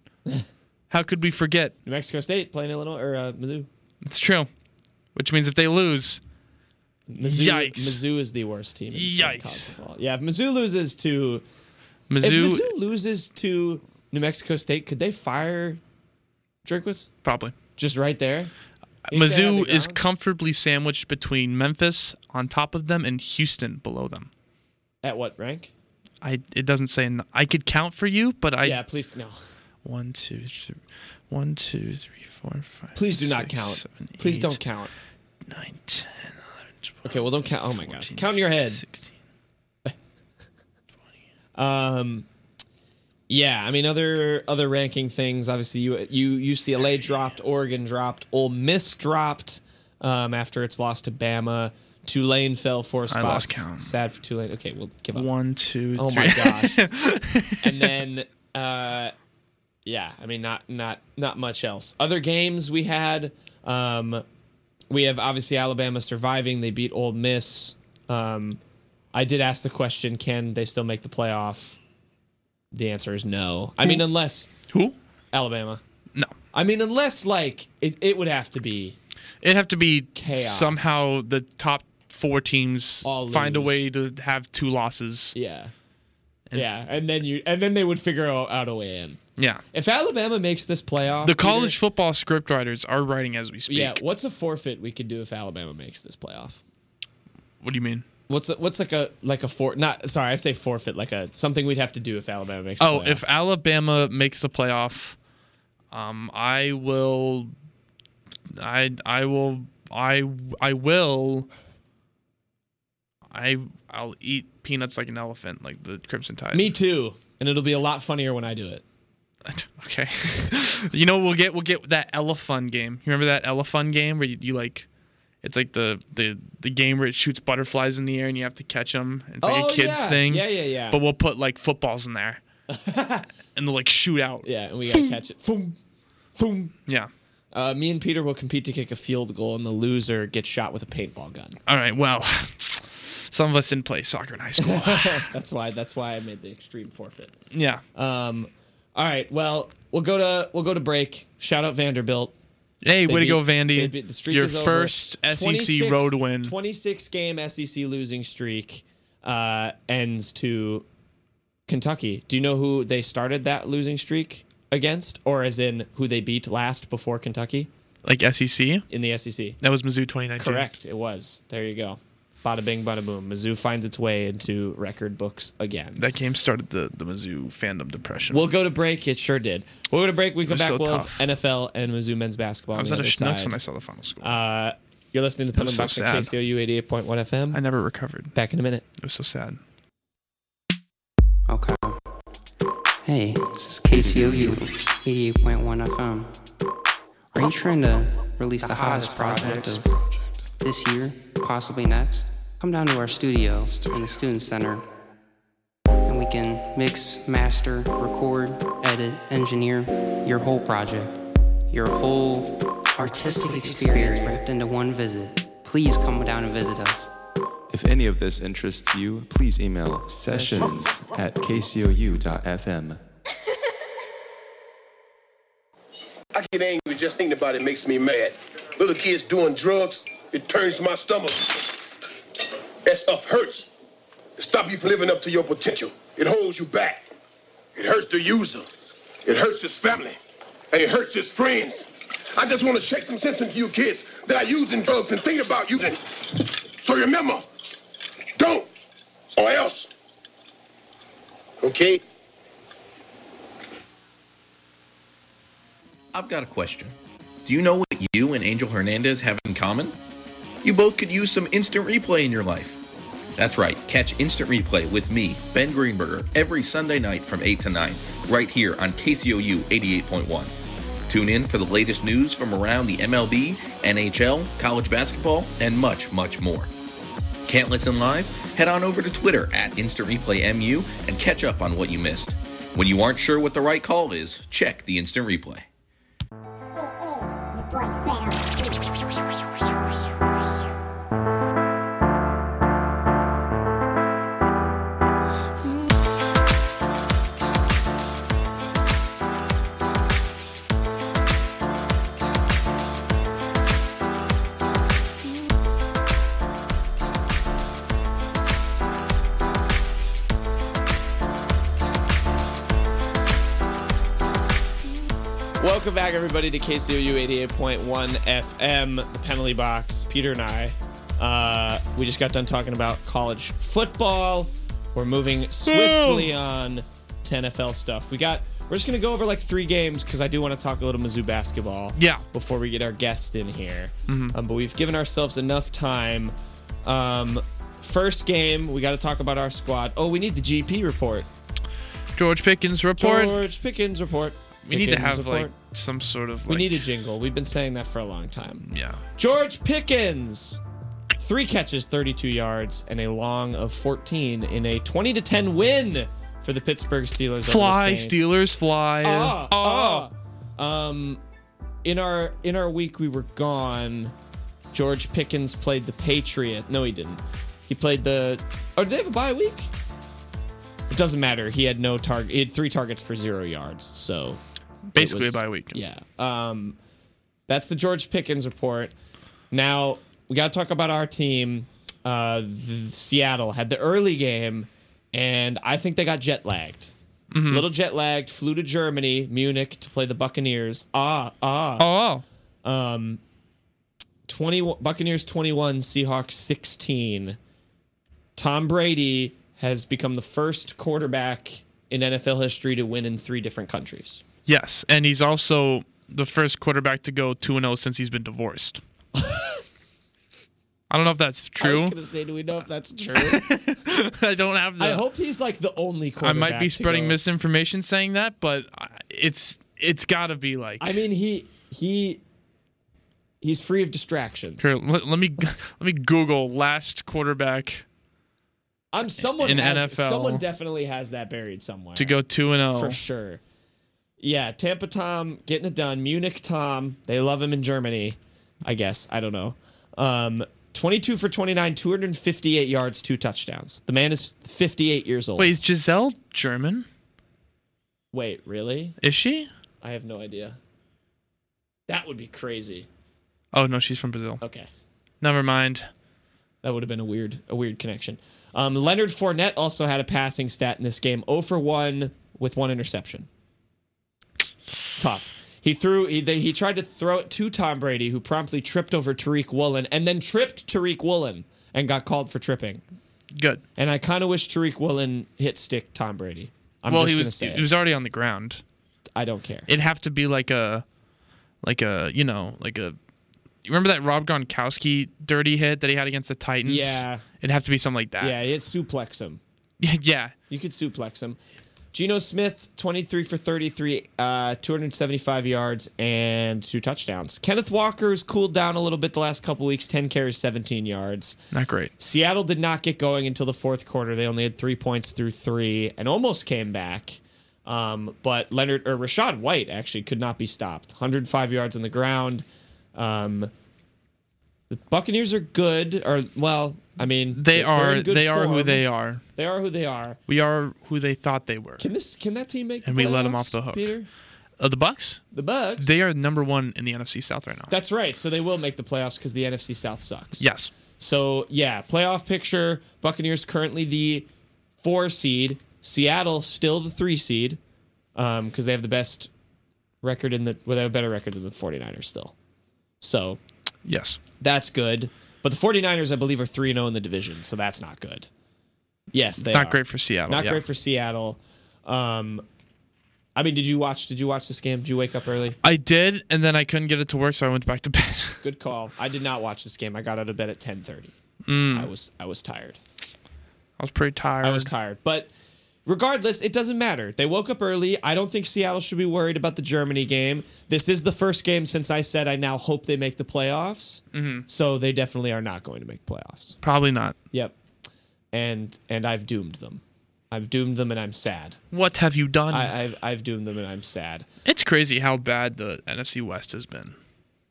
Speaker 2: How could we forget?
Speaker 3: New Mexico State playing Illinois or uh, Mizzou.
Speaker 2: It's true. Which means if they lose,
Speaker 3: Mizzou,
Speaker 2: Yikes.
Speaker 3: Mizzou is the worst team. In
Speaker 2: Yikes.
Speaker 3: college football. Yeah, if Mizzou loses to if
Speaker 2: Mizzou,
Speaker 3: Mizzou loses to New Mexico State, could they fire Drinkwitz
Speaker 2: probably.
Speaker 3: just right there? Ain't that on
Speaker 2: Mizzou
Speaker 3: the
Speaker 2: is
Speaker 3: ground?
Speaker 2: comfortably sandwiched between Memphis on top of them and Houston below them.
Speaker 3: at what rank?
Speaker 2: I it doesn't say n- I could count for you, but I
Speaker 3: yeah, please no.
Speaker 2: One, two, three, one, two, three, four, five.
Speaker 3: Please do not
Speaker 2: six,
Speaker 3: count.
Speaker 2: seven,
Speaker 3: please
Speaker 2: eight,
Speaker 3: don't count.
Speaker 2: Nine, ten, eleven, twelve.
Speaker 3: Okay, well don't count. Oh my gosh,
Speaker 2: 14,
Speaker 3: count in your head.
Speaker 2: 16.
Speaker 3: Um, yeah, I mean other other ranking things. Obviously, you you UCLA dropped, Oregon dropped, Ole Miss dropped um, after its loss to Bama. Tulane fell four spots.
Speaker 2: lost count.
Speaker 3: Sad for Tulane. Okay, we'll give up.
Speaker 2: One, two,
Speaker 3: Oh
Speaker 2: three.
Speaker 3: my gosh. and then uh yeah, I mean not not not much else. Other games we had um we have obviously Alabama surviving. They beat Old Miss. Um I did ask the question, can they still make the playoff? The answer is no. I
Speaker 2: Hmm.
Speaker 3: mean unless
Speaker 2: Who?
Speaker 3: Alabama.
Speaker 2: No,
Speaker 3: I mean unless like it, it would have to be
Speaker 2: it'd have to be
Speaker 3: Chaos.
Speaker 2: somehow the top four teams
Speaker 3: All
Speaker 2: find a
Speaker 3: lose.
Speaker 2: way to have two losses.
Speaker 3: yeah. yeah, and then you and then they would figure out a way in.
Speaker 2: Yeah,
Speaker 3: If Alabama makes this playoff,
Speaker 2: the
Speaker 3: Peter-
Speaker 2: college football script writers are writing as we speak.
Speaker 3: Yeah, what's a forfeit we could do if Alabama makes this playoff?
Speaker 2: What do you mean?
Speaker 3: What's a, what's like a like a for not sorry I say forfeit like a something we'd have to do if Alabama makes. The
Speaker 2: Oh,
Speaker 3: playoff.
Speaker 2: if Alabama makes the playoff, um, I will, I I will I I will, I I'll eat peanuts like an elephant, like the Crimson Tide.
Speaker 3: me too, and it'll be a lot funnier when I do it.
Speaker 2: Okay. you know we'll get we'll get that elephant game. You remember that elephant game where you, you like. It's like the, the the game where it shoots butterflies in the air and you have to catch them. It's like
Speaker 3: oh
Speaker 2: a kids
Speaker 3: yeah.
Speaker 2: thing.
Speaker 3: Yeah, yeah, yeah.
Speaker 2: But we'll put like footballs in there, and they'll like shoot out.
Speaker 3: yeah, and we gotta catch it. Foom, foom.
Speaker 2: yeah.
Speaker 3: Uh, me and Peter will compete to kick a field goal, and the loser gets shot with a paintball gun.
Speaker 2: All right. Well, some of us didn't play soccer in high school.
Speaker 3: That's why. That's why I made the extreme forfeit.
Speaker 2: yeah.
Speaker 3: Um, all right. Well, we'll go to we'll go to break. Shout out Vanderbilt.
Speaker 2: hey,
Speaker 3: They
Speaker 2: way to go,
Speaker 3: beat- they
Speaker 2: Vandy.
Speaker 3: beat- the streak
Speaker 2: Your
Speaker 3: is over.
Speaker 2: first SEC
Speaker 3: 26
Speaker 2: road win.
Speaker 3: 26 game SEC losing streak uh, ends to Kentucky. Do you know who they started that losing streak against, or as in who they beat last before Kentucky
Speaker 2: Like SEC.
Speaker 3: in the SEC?
Speaker 2: That was Mizzou 2019.
Speaker 3: Correct. It was. There you go. Bada bing, bada boom. Mizzou finds its way into record books again.
Speaker 2: That game started the the Mizzou fandom depression.
Speaker 3: We'll go to break. It sure did. We'll go to break. We come
Speaker 2: was
Speaker 3: back
Speaker 2: so
Speaker 3: with
Speaker 2: tough.
Speaker 3: NFL and Mizzou men's basketball.
Speaker 2: I was
Speaker 3: on
Speaker 2: at
Speaker 3: the
Speaker 2: a
Speaker 3: other
Speaker 2: schnooks
Speaker 3: side.
Speaker 2: when I saw the final score.
Speaker 3: Uh, you're listening to the Pun
Speaker 2: was so
Speaker 3: Box on
Speaker 2: sad.
Speaker 3: KCOU 88.1 FM.
Speaker 2: I never recovered.
Speaker 3: back in a minute.
Speaker 2: It was so sad.
Speaker 4: Okay. Hey, this is KCOU 88.1 FM. Are you trying to release the hottest project of this year, possibly next? Come down to our studio in the Student Center and we can mix, master, record, edit, engineer your whole project, your whole artistic experience wrapped into one visit. Please come down and visit us.
Speaker 5: If any of this interests you, please email sessions at kcou.fm.
Speaker 6: I get angry just thinking about it makes me mad. Little kids doing drugs, it turns my stomach. That stuff hurts. It stops you from living up to your potential. It holds you back. It hurts the user. It hurts his family. And it hurts his friends. I just want to shake some sense into you kids that are using drugs and thinking about using. So remember, don't or else. Okay?
Speaker 7: I've got a question. Do you know what you and Angel Hernandez have in common? You both could use some instant replay in your life. That's right, catch instant replay with me, Ben Greenberger, every Sunday night from 8 to 9, right here on KCOU 88.1. Tune in for the latest news from around the MLB, NHL, college basketball, and much, much more. Can't listen live? Head on over to Twitter at Instant Replay MU and catch up on what you missed. When you aren't sure what the right call is, check the instant replay.
Speaker 3: Welcome back, everybody, to KCOU 88.1 FM, the penalty box. Peter and I, uh, we just got done talking about college football. We're moving swiftly on to NFL stuff. We got, we're just going to go over like three games because I do want to talk a little Mizzou basketball
Speaker 2: Yeah. Mm-hmm.
Speaker 3: before we get our guest in here. Um, but we've given ourselves enough time. Um, first game, we got to talk about our squad. Oh, we need the GP report.
Speaker 2: George Pickens report.
Speaker 3: George Pickens report.
Speaker 2: we need to
Speaker 3: Pickens
Speaker 2: have
Speaker 3: report.
Speaker 2: like some sort of. Like,
Speaker 3: We need a jingle. We've been saying that for a long time.
Speaker 2: Yeah.
Speaker 3: George Pickens, three catches, 32 yards, and a long of 14 in a 20 to 10 win for the Pittsburgh Steelers. over the
Speaker 2: Fly
Speaker 3: Saints.
Speaker 2: Steelers, fly.
Speaker 3: Ah,
Speaker 2: Ah.
Speaker 3: ah. Um, in our in our week we were gone. George Pickens played the Patriot. No, he didn't. He played the. Or did they have a bye week? It doesn't matter. He had no target. He had three targets for zero yards. So it
Speaker 2: Basically,
Speaker 3: was-
Speaker 2: by week.
Speaker 3: Yeah. Um, that's the George Pickens report. Now we got to talk about our team. Uh, th- Seattle had the early game, and I think they got jet lagged.
Speaker 2: Mm-hmm.
Speaker 3: Little jet lagged. Flew to Germany, Munich, to play the Buccaneers. Ah, ah.
Speaker 2: Oh,
Speaker 3: 21 Buccaneers 21, Seahawks 16. Tom Brady has become the first quarterback in NFL history to win in three different countries.
Speaker 2: yes, and he's also the first quarterback to go two and zero since he's been divorced. I don't know if that's
Speaker 3: I
Speaker 2: true.
Speaker 3: was gonna say, do we know if that's true?
Speaker 2: I don't have. The,
Speaker 3: I hope he's like the only
Speaker 2: I
Speaker 3: quarterback.
Speaker 2: might be
Speaker 3: to
Speaker 2: spreading
Speaker 3: go-
Speaker 2: misinformation saying that, but I- it's it's got to be like.
Speaker 3: I mean, he he he's free of distractions.
Speaker 2: Here, let, let me let me Google last quarterback
Speaker 3: Um, someone
Speaker 2: In
Speaker 3: has,
Speaker 2: NFL.
Speaker 3: someone definitely has that buried somewhere
Speaker 2: to go two and oh.
Speaker 3: for
Speaker 2: zero.
Speaker 3: sure. Yeah, Tampa Tom getting it done. Munich Tom, they love him in Germany, I guess. I don't know. Um, 22 for 29, 258 yards, two touchdowns. The man is 58 years old.
Speaker 2: Wait, is Giselle German?
Speaker 3: Wait, really?
Speaker 2: Is she?
Speaker 3: I have no idea. That would be crazy.
Speaker 2: Oh no, she's from Brazil.
Speaker 3: Okay.
Speaker 2: Never mind.
Speaker 3: That would have been a weird, a weird connection. Um, Leonard Fournette also had a passing stat in this game, 0 for 1 with one interception. Tough. He threw. He, they, he tried to throw it to Tom Brady, who promptly tripped over Tariq Woolen, and then tripped Tariq Woolen and got called for tripping.
Speaker 2: Good.
Speaker 3: And I kind of wish Tariq Woolen hit stick Tom Brady. I'm
Speaker 2: well,
Speaker 3: just
Speaker 2: he
Speaker 3: gonna
Speaker 2: was
Speaker 3: say it.
Speaker 2: he was already on the ground.
Speaker 3: I don't care.
Speaker 2: It'd have to be like a, like a you know like a. You remember that Rob Gronkowski dirty hit that he had against the Titans?
Speaker 3: Yeah.
Speaker 2: It'd have to be something like
Speaker 3: yeah,
Speaker 2: that.
Speaker 3: it suplex him.
Speaker 2: Yeah. yeah.
Speaker 3: You could suplex him. Geno Smith, 23 for 33, uh, 275 yards and two touchdowns. Kenneth Walker has cooled down a little bit the last couple weeks, 10 carries, 17 yards.
Speaker 2: Not great.
Speaker 3: Seattle did not get going until the fourth quarter. They only had three points through three and almost came back. Um, but Leonard or Rashad White actually could not be stopped. 105 yards on the ground. Um, The Buccaneers are good, or well, I mean,
Speaker 2: They
Speaker 3: they're- they're
Speaker 2: are
Speaker 3: in good
Speaker 2: they are who
Speaker 3: form.
Speaker 2: they are.
Speaker 3: They are who they are.
Speaker 2: We are who they thought they were.
Speaker 3: Can this? Can that team make?
Speaker 2: And
Speaker 3: the
Speaker 2: we let 'em
Speaker 3: playoffs,
Speaker 2: off the hook.
Speaker 3: Peter,
Speaker 2: Uh, the Bucks,
Speaker 3: the Bucks.
Speaker 2: they are number one in the NFC South right now.
Speaker 3: That's right. So they will make the playoffs because the NFC South sucks.
Speaker 2: yes.
Speaker 3: So yeah, playoff picture. Buccaneers currently the four seed. Seattle still the three seed because they have the best record in the. Well, they have a better record than the 49ers still. So
Speaker 2: Yes.
Speaker 3: that's good. But the 49ers, I believe, are 3 0 in the division, so that's not good. Yes, they
Speaker 2: Not
Speaker 3: are.
Speaker 2: great for Seattle.
Speaker 3: Not
Speaker 2: yeah.
Speaker 3: great for Seattle. Um, I mean, did you watch? Did you watch this game? Did you wake up early?
Speaker 2: I did, and then I couldn't get it to work, so I went back to bed.
Speaker 3: Good call. I did not watch this game. I got out of bed at ten thirty.
Speaker 2: Mm.
Speaker 3: I was I was tired.
Speaker 2: I was pretty tired.
Speaker 3: I was tired. But regardless, it doesn't matter. They woke up early. I don't think Seattle should be worried about the Germany game. This is the first game since I said I now hope they make the playoffs.
Speaker 2: Mm-hmm.
Speaker 3: So they definitely are not going to make the playoffs.
Speaker 2: Probably not.
Speaker 3: Yep. And and I've doomed them. I've doomed them and I'm sad.
Speaker 2: What have you done?
Speaker 3: I, I've I've doomed them and I'm sad.
Speaker 2: it's crazy how bad the NFC West has been.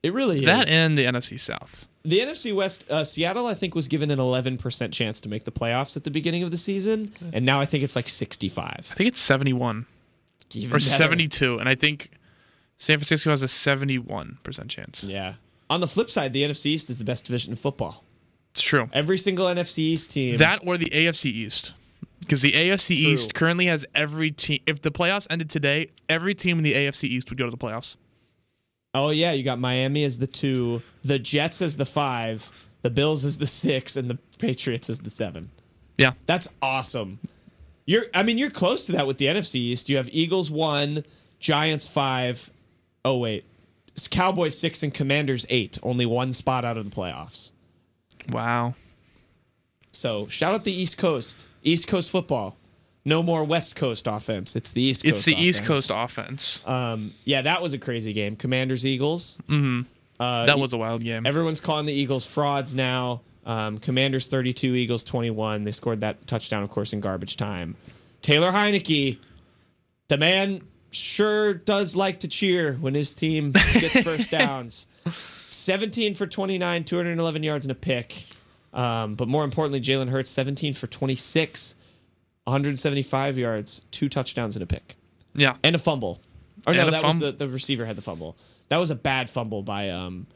Speaker 3: It really is.
Speaker 2: That and the NFC South.
Speaker 3: the NFC West, uh, Seattle, I think, was given an 11% chance to make the playoffs at the beginning of the season. And now I think it's like 65.
Speaker 2: I think it's 71
Speaker 3: Even
Speaker 2: or
Speaker 3: better.
Speaker 2: 72, and I think San Francisco has a 71 percent chance.
Speaker 3: Yeah. On the flip side, the NFC East is the best division in football.
Speaker 2: It's true.
Speaker 3: Every single NFC East team.
Speaker 2: That or the AFC East. Because the AFC
Speaker 3: True.
Speaker 2: East currently has every team. If the playoffs ended today, every team in the AFC East would go to the playoffs.
Speaker 3: oh yeah, you got Miami as the two, the Jets as the five, the Bills as the six, and the Patriots as the seven.
Speaker 2: Yeah.
Speaker 3: That's awesome. You're, I mean, you're close to that with the NFC East. You have Eagles one, Giants five. Oh wait, It's Cowboys six and Commanders eight. Only one spot out of the playoffs.
Speaker 2: Wow.
Speaker 3: So shout out the East Coast, East Coast football. No more West Coast offense. It's the East Coast.
Speaker 2: It's the East
Speaker 3: offense.
Speaker 2: Coast
Speaker 3: Uh,
Speaker 2: offense.
Speaker 3: Yeah, that was a crazy game. Commanders Eagles. e-
Speaker 2: that was a wild game.
Speaker 3: Everyone's calling the Eagles frauds now. Um, Commanders 32, Eagles 21. They scored that touchdown, of course, in garbage time. Taylor Heineke, the man sure does like to cheer when his team gets first downs. 17 for 29, 211 yards and a pick. Um, but more importantly, Jalen Hurts, 17 for 26, 175 yards, two touchdowns and a pick
Speaker 2: yeah.
Speaker 3: and a fumble. Or
Speaker 2: And
Speaker 3: no,
Speaker 2: a
Speaker 3: that was
Speaker 2: fum-
Speaker 3: the, the receiver had the fumble. That was a bad fumble by um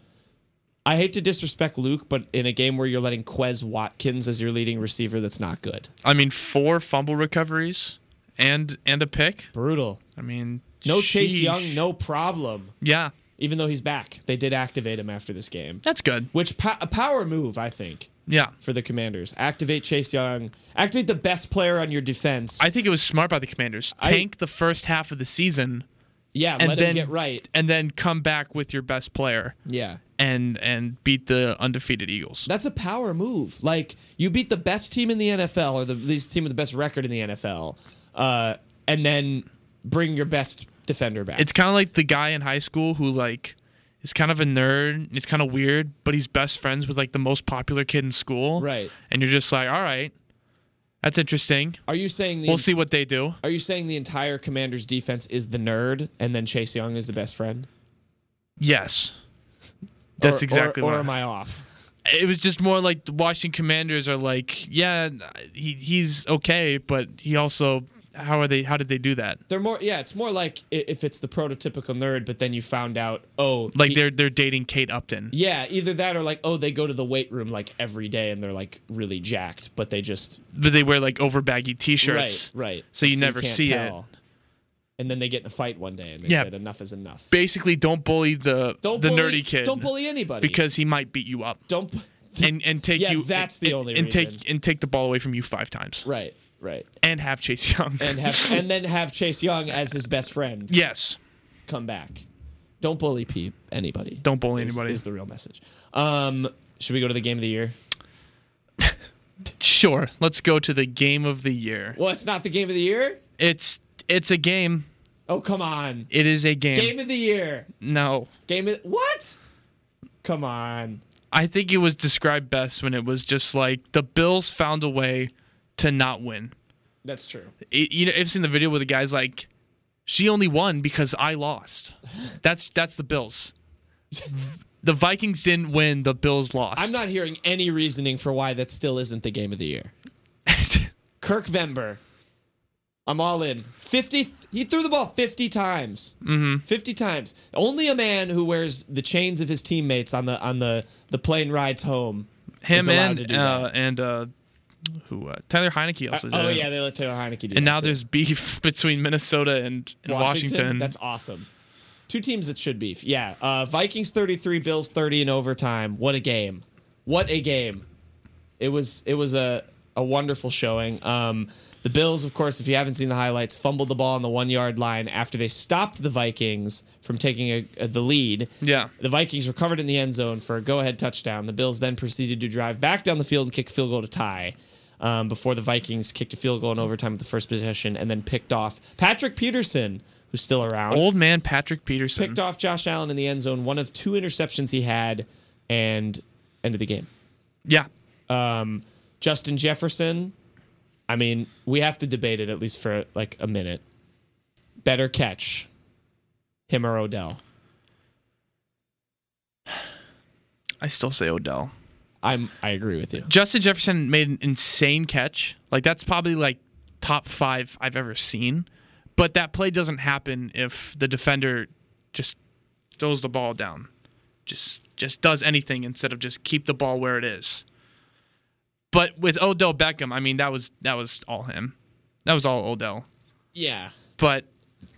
Speaker 3: I hate to disrespect Luke, but in a game where you're letting Quez Watkins as your leading receiver, that's not good.
Speaker 2: I mean, four fumble recoveries and and a pick.
Speaker 3: Brutal.
Speaker 2: I mean,
Speaker 3: No Chase
Speaker 2: sheesh.
Speaker 3: Young, no problem.
Speaker 2: Yeah,
Speaker 3: Even though he's back, they did activate him after this game,
Speaker 2: that's good.
Speaker 3: which po- a power move, I think,
Speaker 2: Yeah,
Speaker 3: for the Commanders. Activate Chase Young, activate the best player on your defense.
Speaker 2: I think it was smart by the Commanders.
Speaker 3: I-
Speaker 2: Tank the first half of the season
Speaker 3: yeah,
Speaker 2: and
Speaker 3: let
Speaker 2: then
Speaker 3: him get right.
Speaker 2: and then come back with your best player
Speaker 3: Yeah.
Speaker 2: and and beat the undefeated Eagles.
Speaker 3: That's a power move. Like you beat the best team in the NFL or the least team with the best record in the NFL, uh, and then bring your best defender back.
Speaker 2: it's kind of like the guy in high school who like is kind of a nerd. and It's kind of weird, but he's best friends with like the most popular kid in school.
Speaker 3: Right.
Speaker 2: And you're just like, all right, that's interesting.
Speaker 3: are you saying the
Speaker 2: We'll see what they do.
Speaker 3: Are you saying the entire Commanders defense is the nerd, and then Chase Young is the best friend?
Speaker 2: Yes. That's
Speaker 3: Or- or-
Speaker 2: exactly
Speaker 3: Or,
Speaker 2: what
Speaker 3: am I off?
Speaker 2: it was just more like the Washington Commanders are like, yeah, he he's okay, but he also how are they how did they do that?
Speaker 3: They're more. Yeah, it's more like i- if it's the prototypical nerd, but then you found out. Oh,
Speaker 2: Like
Speaker 3: he-
Speaker 2: they're they're dating Kate Upton.
Speaker 3: Yeah, either that or like, oh, they go to the weight room like every day and they're like really jacked, but they just
Speaker 2: But they wear like over baggy t-shirts.
Speaker 3: Right, right.
Speaker 2: So you never
Speaker 3: can't
Speaker 2: see it.
Speaker 3: tell. And then they get in a fight one day and they
Speaker 2: Yeah.
Speaker 3: said enough is enough.
Speaker 2: Basically, don't bully the
Speaker 3: Don't
Speaker 2: the
Speaker 3: bully,
Speaker 2: nerdy kid.
Speaker 3: Don't bully anybody.
Speaker 2: because he might beat you up
Speaker 3: don't bu-
Speaker 2: and and take
Speaker 3: Yeah,
Speaker 2: you.
Speaker 3: that's the
Speaker 2: and,
Speaker 3: only
Speaker 2: and take
Speaker 3: reason.
Speaker 2: and take the ball away from you five times
Speaker 3: right, right.
Speaker 2: and have Chase Young.
Speaker 3: And have and then have Chase Young as his best friend
Speaker 2: yes,
Speaker 3: come back. Don't bully peep anybody.
Speaker 2: don't bully
Speaker 3: is,
Speaker 2: anybody.
Speaker 3: is the real message. Um, should we go to the game of the year?
Speaker 2: sure, let's go to the game of the year.
Speaker 3: Well, it's not the game of the year.
Speaker 2: It's it's a game.
Speaker 3: Oh come on,
Speaker 2: It is a
Speaker 3: game of the year.
Speaker 2: no.
Speaker 3: Game of what? Come on.
Speaker 2: I think it was described best when it was just like the Bills found a way to not win.
Speaker 3: That's true.
Speaker 2: It- you know, I've seen the video where the guy's like, "She only won because I lost." That's that's the Bills. The Vikings didn't win. The Bills lost.
Speaker 3: I'm not hearing any reasoning for why that still isn't the game of the year. Kirk Vember. I'm all in. 50 he threw the ball 50 times. Mm-hmm. 50 times. Only a man who wears the chains of his teammates on the on the the plane rides home. is
Speaker 2: Him
Speaker 3: allowed to
Speaker 2: and
Speaker 3: do
Speaker 2: uh,
Speaker 3: that.
Speaker 2: and uh, who? Uh, Tyler Heineke also. did
Speaker 3: Oh
Speaker 2: it.
Speaker 3: yeah, they let Taylor Heineke do
Speaker 2: And
Speaker 3: that
Speaker 2: now
Speaker 3: too.
Speaker 2: there's beef between Minnesota and, and Washington.
Speaker 3: That's awesome. Two teams that should beef. Yeah. Uh, Vikings 33, Bills 30 in overtime. What a game. What a game. It was it was a, a wonderful showing. Um, the Bills, of course, if you haven't seen the highlights, fumbled the ball on the one yard line after they stopped the Vikings from taking a, a- the lead.
Speaker 2: Yeah.
Speaker 3: The Vikings recovered in the end zone for a go ahead touchdown. The Bills then proceeded to drive back down the field and kick a field goal to tie um, before the Vikings kicked a field goal in overtime at the first possession and then picked off Patrick Peterson, who's still around,
Speaker 2: Old man Patrick Peterson.
Speaker 3: picked off Josh Allen in the end zone, one of two interceptions he had, and ended the game.
Speaker 2: Yeah.
Speaker 3: Justin Jefferson, I mean, we have to debate it at least for like a minute. Better catch, him or Odell?
Speaker 2: I still say Odell.
Speaker 3: I'm I agree with you.
Speaker 2: Justin Jefferson made an insane catch. Like that's probably like top five I've ever seen. But that play doesn't happen if the defender just throws the ball down. Just just does anything instead of just keep the ball where it is. But with Odell Beckham, I mean that was that was all him. That was all Odell.
Speaker 3: Yeah.
Speaker 2: But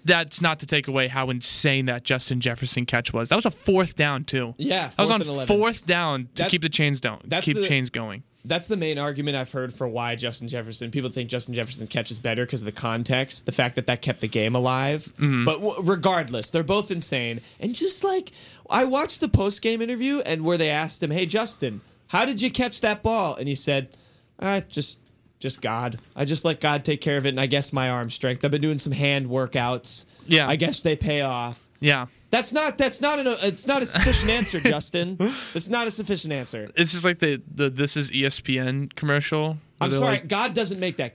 Speaker 2: that's not to take away how insane that Justin Jefferson catch was. That was a fourth down too.
Speaker 3: Yeah,
Speaker 2: I was
Speaker 3: fourth
Speaker 2: on
Speaker 3: and 11.
Speaker 2: fourth down to
Speaker 3: That-
Speaker 2: keep the chains down.
Speaker 3: that's
Speaker 2: keep
Speaker 3: the-
Speaker 2: chains going.
Speaker 3: That's the main argument I've heard for why Justin Jefferson. People think Justin Jefferson's catch is better because of the context, the fact that that kept the game alive. But w- regardless, they're both insane. And just like I watched the post game interview and where they asked him, "Hey Justin, how did you catch that ball?" and he said, "I just." Just God. I just let God take care of it, and I guess my arm strength. I've been doing some hand workouts.
Speaker 2: Yeah.
Speaker 3: I guess they pay off.
Speaker 2: Yeah.
Speaker 3: That's not. That's not an. It's not a sufficient answer, Justin. It's not a sufficient answer.
Speaker 2: It's just like the, the this is E ESPN commercial. where
Speaker 3: I'm
Speaker 2: they're
Speaker 3: sorry,
Speaker 2: like,
Speaker 3: God doesn't make that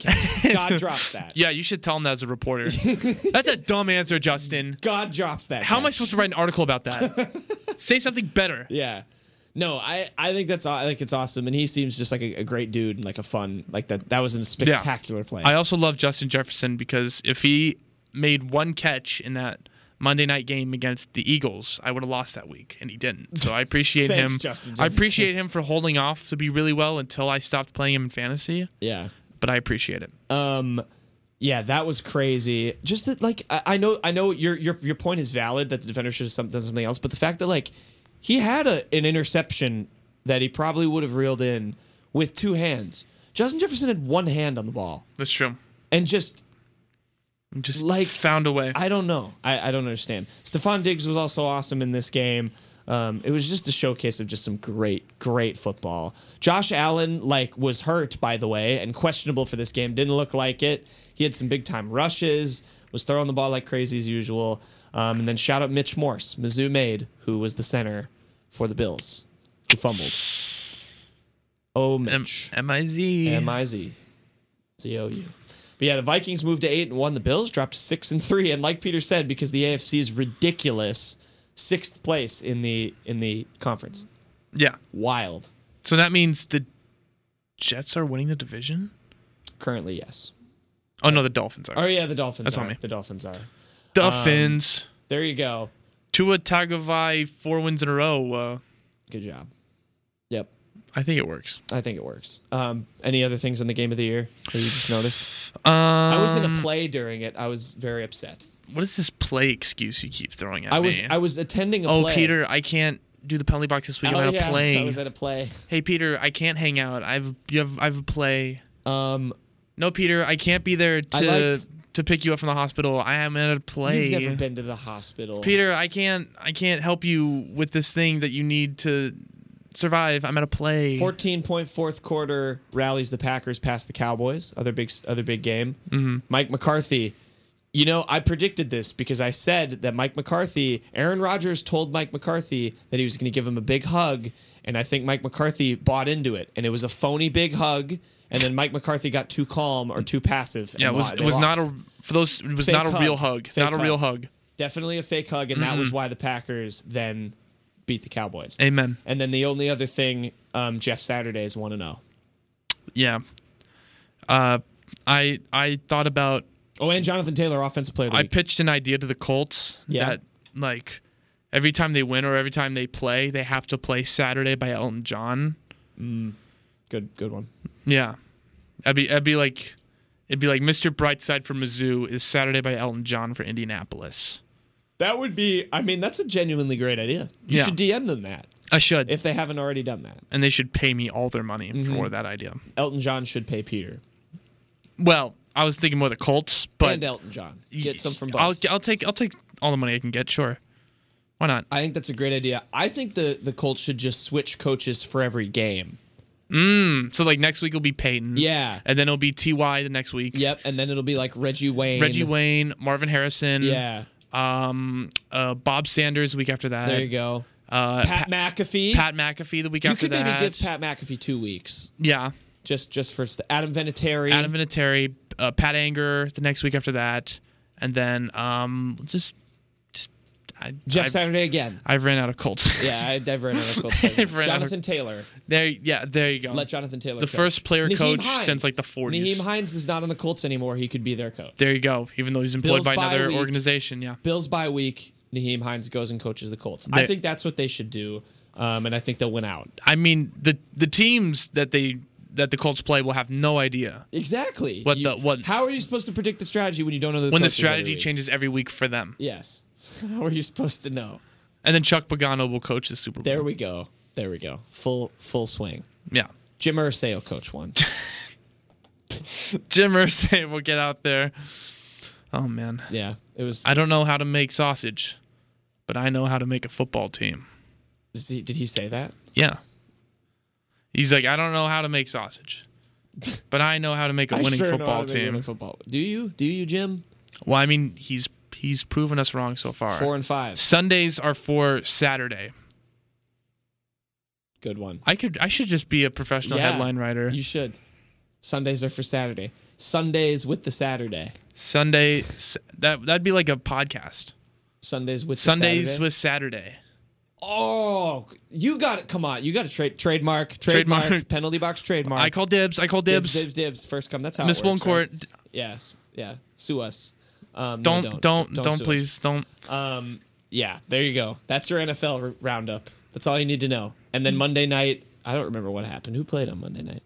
Speaker 3: catch. God drops that.
Speaker 2: yeah, you should tell him that as a reporter. That's a dumb answer, Justin.
Speaker 3: God drops that.
Speaker 2: How am I
Speaker 3: catch.
Speaker 2: supposed to write an article about that? Say something better.
Speaker 3: Yeah. No, I, I think that's aw- I think it's awesome, and he seems just like a, a great dude and like a fun like that. That was a spectacular play.
Speaker 2: I also love Justin Jefferson because if he made one catch in that Monday night game against the Eagles, I would have lost that week, and he didn't. So I appreciate
Speaker 3: Thanks,
Speaker 2: him.
Speaker 3: Justin
Speaker 2: I
Speaker 3: Jefferson.
Speaker 2: appreciate him for holding off to be really well until I stopped playing him in fantasy,
Speaker 3: yeah.
Speaker 2: but I appreciate it.
Speaker 3: Yeah, that was crazy. Just that, like, I, I know, I know your your your point is valid that the defender should have some, done something else, but the fact that like he had a, an interception that he probably would have reeled in with two hands. Justin Jefferson had one hand on the ball
Speaker 2: That's true.
Speaker 3: and just
Speaker 2: Just
Speaker 3: Like,
Speaker 2: like found a way.
Speaker 3: I don't know. I, I don't understand. Stephon Diggs was also awesome in this game. Um, it was just a showcase of just some great, great football. Josh Allen, like, was hurt, by the way, and questionable for this game. Didn't look like it. He had some big time rushes, was throwing the ball like crazy as usual. Um, and then shout out Mitch Morse, Mizzou made, who was the center for the Bills, who fumbled. Oh,
Speaker 2: M-
Speaker 3: Mitch.
Speaker 2: M-I-Z.
Speaker 3: M I Z Z O U. But yeah, the Vikings moved to eight and one. The Bills dropped to six and three. And like Peter said, because the AFC is ridiculous, sixth place in the in the conference.
Speaker 2: Yeah.
Speaker 3: Wild.
Speaker 2: So that means the Jets are winning the division?
Speaker 3: Currently, yes.
Speaker 2: Oh no, the Dolphins are.
Speaker 3: Oh yeah, the Dolphins
Speaker 2: That's
Speaker 3: are.
Speaker 2: on me.
Speaker 3: The Dolphins are.
Speaker 2: Dolphins.
Speaker 3: There you go.
Speaker 2: Tua Tagovai four wins in a row. Uh,
Speaker 3: Good job. Yep.
Speaker 2: I think it works.
Speaker 3: I think it works. Um, any other things in the game of the year that you just noticed? I was in
Speaker 2: Um,
Speaker 3: a play during it. I was very upset.
Speaker 2: What is this play excuse you keep throwing at
Speaker 3: I was
Speaker 2: me?
Speaker 3: I was attending a
Speaker 2: oh,
Speaker 3: play.
Speaker 2: Peter, I can't do the penalty box this week.
Speaker 3: Oh,
Speaker 2: I'm at
Speaker 3: yeah,
Speaker 2: a play.
Speaker 3: I was at a play.
Speaker 2: hey Peter, I can't hang out. I've you have I've a play.
Speaker 3: Um,
Speaker 2: No, Peter, I can't be there
Speaker 3: I
Speaker 2: to
Speaker 3: liked-
Speaker 2: to pick you up from the hospital. I am at a play.
Speaker 3: He's never been to the hospital.
Speaker 2: Peter, I can't I can't help you with this thing that you need to survive. I'm at a play.
Speaker 3: 14 point fourth quarter rallies the Packers past the Cowboys. Other big other big game. Mm-hmm. Mike McCarthy. You know, I predicted this because I said that Mike McCarthy, Aaron Rodgers told Mike McCarthy that he was going to give him a big hug, and I think Mike McCarthy bought into it, and it was a phony big hug, and then Mike McCarthy got too calm or too passive.
Speaker 2: Yeah, it
Speaker 3: and
Speaker 2: was
Speaker 3: lo-
Speaker 2: it
Speaker 3: they
Speaker 2: was not
Speaker 3: lost.
Speaker 2: a for those it was
Speaker 3: Fake
Speaker 2: not a real
Speaker 3: hug.
Speaker 2: hug.
Speaker 3: Fake
Speaker 2: not a real
Speaker 3: hug.
Speaker 2: hug.
Speaker 3: definitely a fake hug, and that was why the Packers then beat the Cowboys.
Speaker 2: Amen.
Speaker 3: And then the only other thing, um, Jeff Saturday is one and oh.
Speaker 2: Yeah.
Speaker 3: zero.
Speaker 2: Uh, I I thought about
Speaker 3: Oh, and Jonathan Taylor, offensive player. Of the
Speaker 2: I
Speaker 3: week.
Speaker 2: pitched an idea to the Colts
Speaker 3: Yeah.
Speaker 2: that like every time they win or every time they play, they have to play Saturday by Elton John.
Speaker 3: good, good one.
Speaker 2: Yeah. I'd be I'd be like it'd be like Mr. Brightside for Mizzou is Saturday by Elton John for Indianapolis.
Speaker 3: That would be. I mean, that's a genuinely great idea. You
Speaker 2: Yeah.
Speaker 3: should DM them that
Speaker 2: I should.
Speaker 3: if Mm-hmm. they haven't already done that.
Speaker 2: and they should pay me all their money for that idea.
Speaker 3: Elton John should pay Peter
Speaker 2: Well, I was thinking more the Colts, but
Speaker 3: and Elton John. Get some from both.
Speaker 2: I'll I'll take I'll take all the money I can get, sure. Why not?
Speaker 3: I think that's a great idea. I think the the Colts should just switch coaches for every game.
Speaker 2: So like next week will be Peyton.
Speaker 3: Yeah.
Speaker 2: And then it'll be Ty the next week.
Speaker 3: Yep, and then it'll be like Reggie Wayne.
Speaker 2: Reggie Wayne, Marvin Harrison.
Speaker 3: Yeah,
Speaker 2: Uh, Bob Sanders the week after that.
Speaker 3: there you go.
Speaker 2: Uh,
Speaker 3: Pat McAfee.
Speaker 2: Pat McAfee the week
Speaker 3: you
Speaker 2: after
Speaker 3: could
Speaker 2: that.
Speaker 3: maybe give Pat McAfee two weeks
Speaker 2: Yeah.
Speaker 3: just just for st- Adam Vinatieri.
Speaker 2: Adam Vinatieri, uh, Pat Anger the next week after that, and then um just just I
Speaker 3: Jeff
Speaker 2: I've,
Speaker 3: Saturday again.
Speaker 2: I've ran out of Colts.
Speaker 3: Yeah, I never ran out of Colts.
Speaker 2: I've
Speaker 3: players.
Speaker 2: ran out of-
Speaker 3: Jonathan Taylor.
Speaker 2: there. Yeah. There you go.
Speaker 3: Let Jonathan Taylor.
Speaker 2: The
Speaker 3: coach.
Speaker 2: first player
Speaker 3: Naheem
Speaker 2: coach
Speaker 3: Hines.
Speaker 2: since, like, the 40s.
Speaker 3: Naheem Hines is not on the Colts anymore. He could be their coach.
Speaker 2: there you go. Even though he's employed
Speaker 3: Bills
Speaker 2: by
Speaker 3: bye
Speaker 2: another
Speaker 3: week.
Speaker 2: organization. Yeah.
Speaker 3: Bills bye week. Naheem Hines goes and coaches the Colts. I
Speaker 2: They-
Speaker 3: think that's what they should do, um, and I think they'll win out.
Speaker 2: I mean the the teams that they that the Colts play will have no idea
Speaker 3: Exactly.
Speaker 2: What
Speaker 3: You-
Speaker 2: the- what-
Speaker 3: How are you supposed to predict the strategy when you don't know the
Speaker 2: when the
Speaker 3: coaches every
Speaker 2: strategy
Speaker 3: week?
Speaker 2: changes every week for them.
Speaker 3: Yes. How are you supposed to know?
Speaker 2: And then Chuck Pagano will coach the Super Bowl.
Speaker 3: There we go. There we go. Full full swing.
Speaker 2: yeah.
Speaker 3: Jim Irsay will coach one.
Speaker 2: Jim Irsay will get out there. Oh man.
Speaker 3: Yeah. It was.
Speaker 2: I don't know how to make sausage, but I know how to make a football team.
Speaker 3: Is he- did he say that?
Speaker 2: Yeah. He's like, I don't know how to make sausage, but I know how to make a
Speaker 3: I
Speaker 2: winning
Speaker 3: sure know how
Speaker 2: football
Speaker 3: to make a
Speaker 2: team.
Speaker 3: winning Football. Do you? Do you, Jim?
Speaker 2: well, I mean, he's he's proven us wrong so far.
Speaker 3: Four and five.
Speaker 2: Sundays are for Saturday.
Speaker 3: Good one.
Speaker 2: I could I should just be a professional
Speaker 3: Yeah,
Speaker 2: headline writer.
Speaker 3: You should. Sundays are for Saturday. Sundays with the Saturday.
Speaker 2: Sunday s- that that'd be like a podcast.
Speaker 3: Sundays with
Speaker 2: Sundays
Speaker 3: the Saturday.
Speaker 2: with Saturday.
Speaker 3: Oh, you got it. Come on, you got to trade trademark, trademark,
Speaker 2: Trademark.
Speaker 3: penalty box trademark.
Speaker 2: I call dibs. I call
Speaker 3: dibs,
Speaker 2: dibs.
Speaker 3: dibs, dibs. First come. That's how
Speaker 2: Miss
Speaker 3: it works,
Speaker 2: in court.
Speaker 3: right? Yes. Yeah. Sue us. Um, no,
Speaker 2: Don't, don't don't
Speaker 3: sue us.
Speaker 2: please don't.
Speaker 3: Yeah. There you go. That's your NFL r- roundup. That's all you need to know. And then Monday night, I don't remember what happened. Who played on Monday night?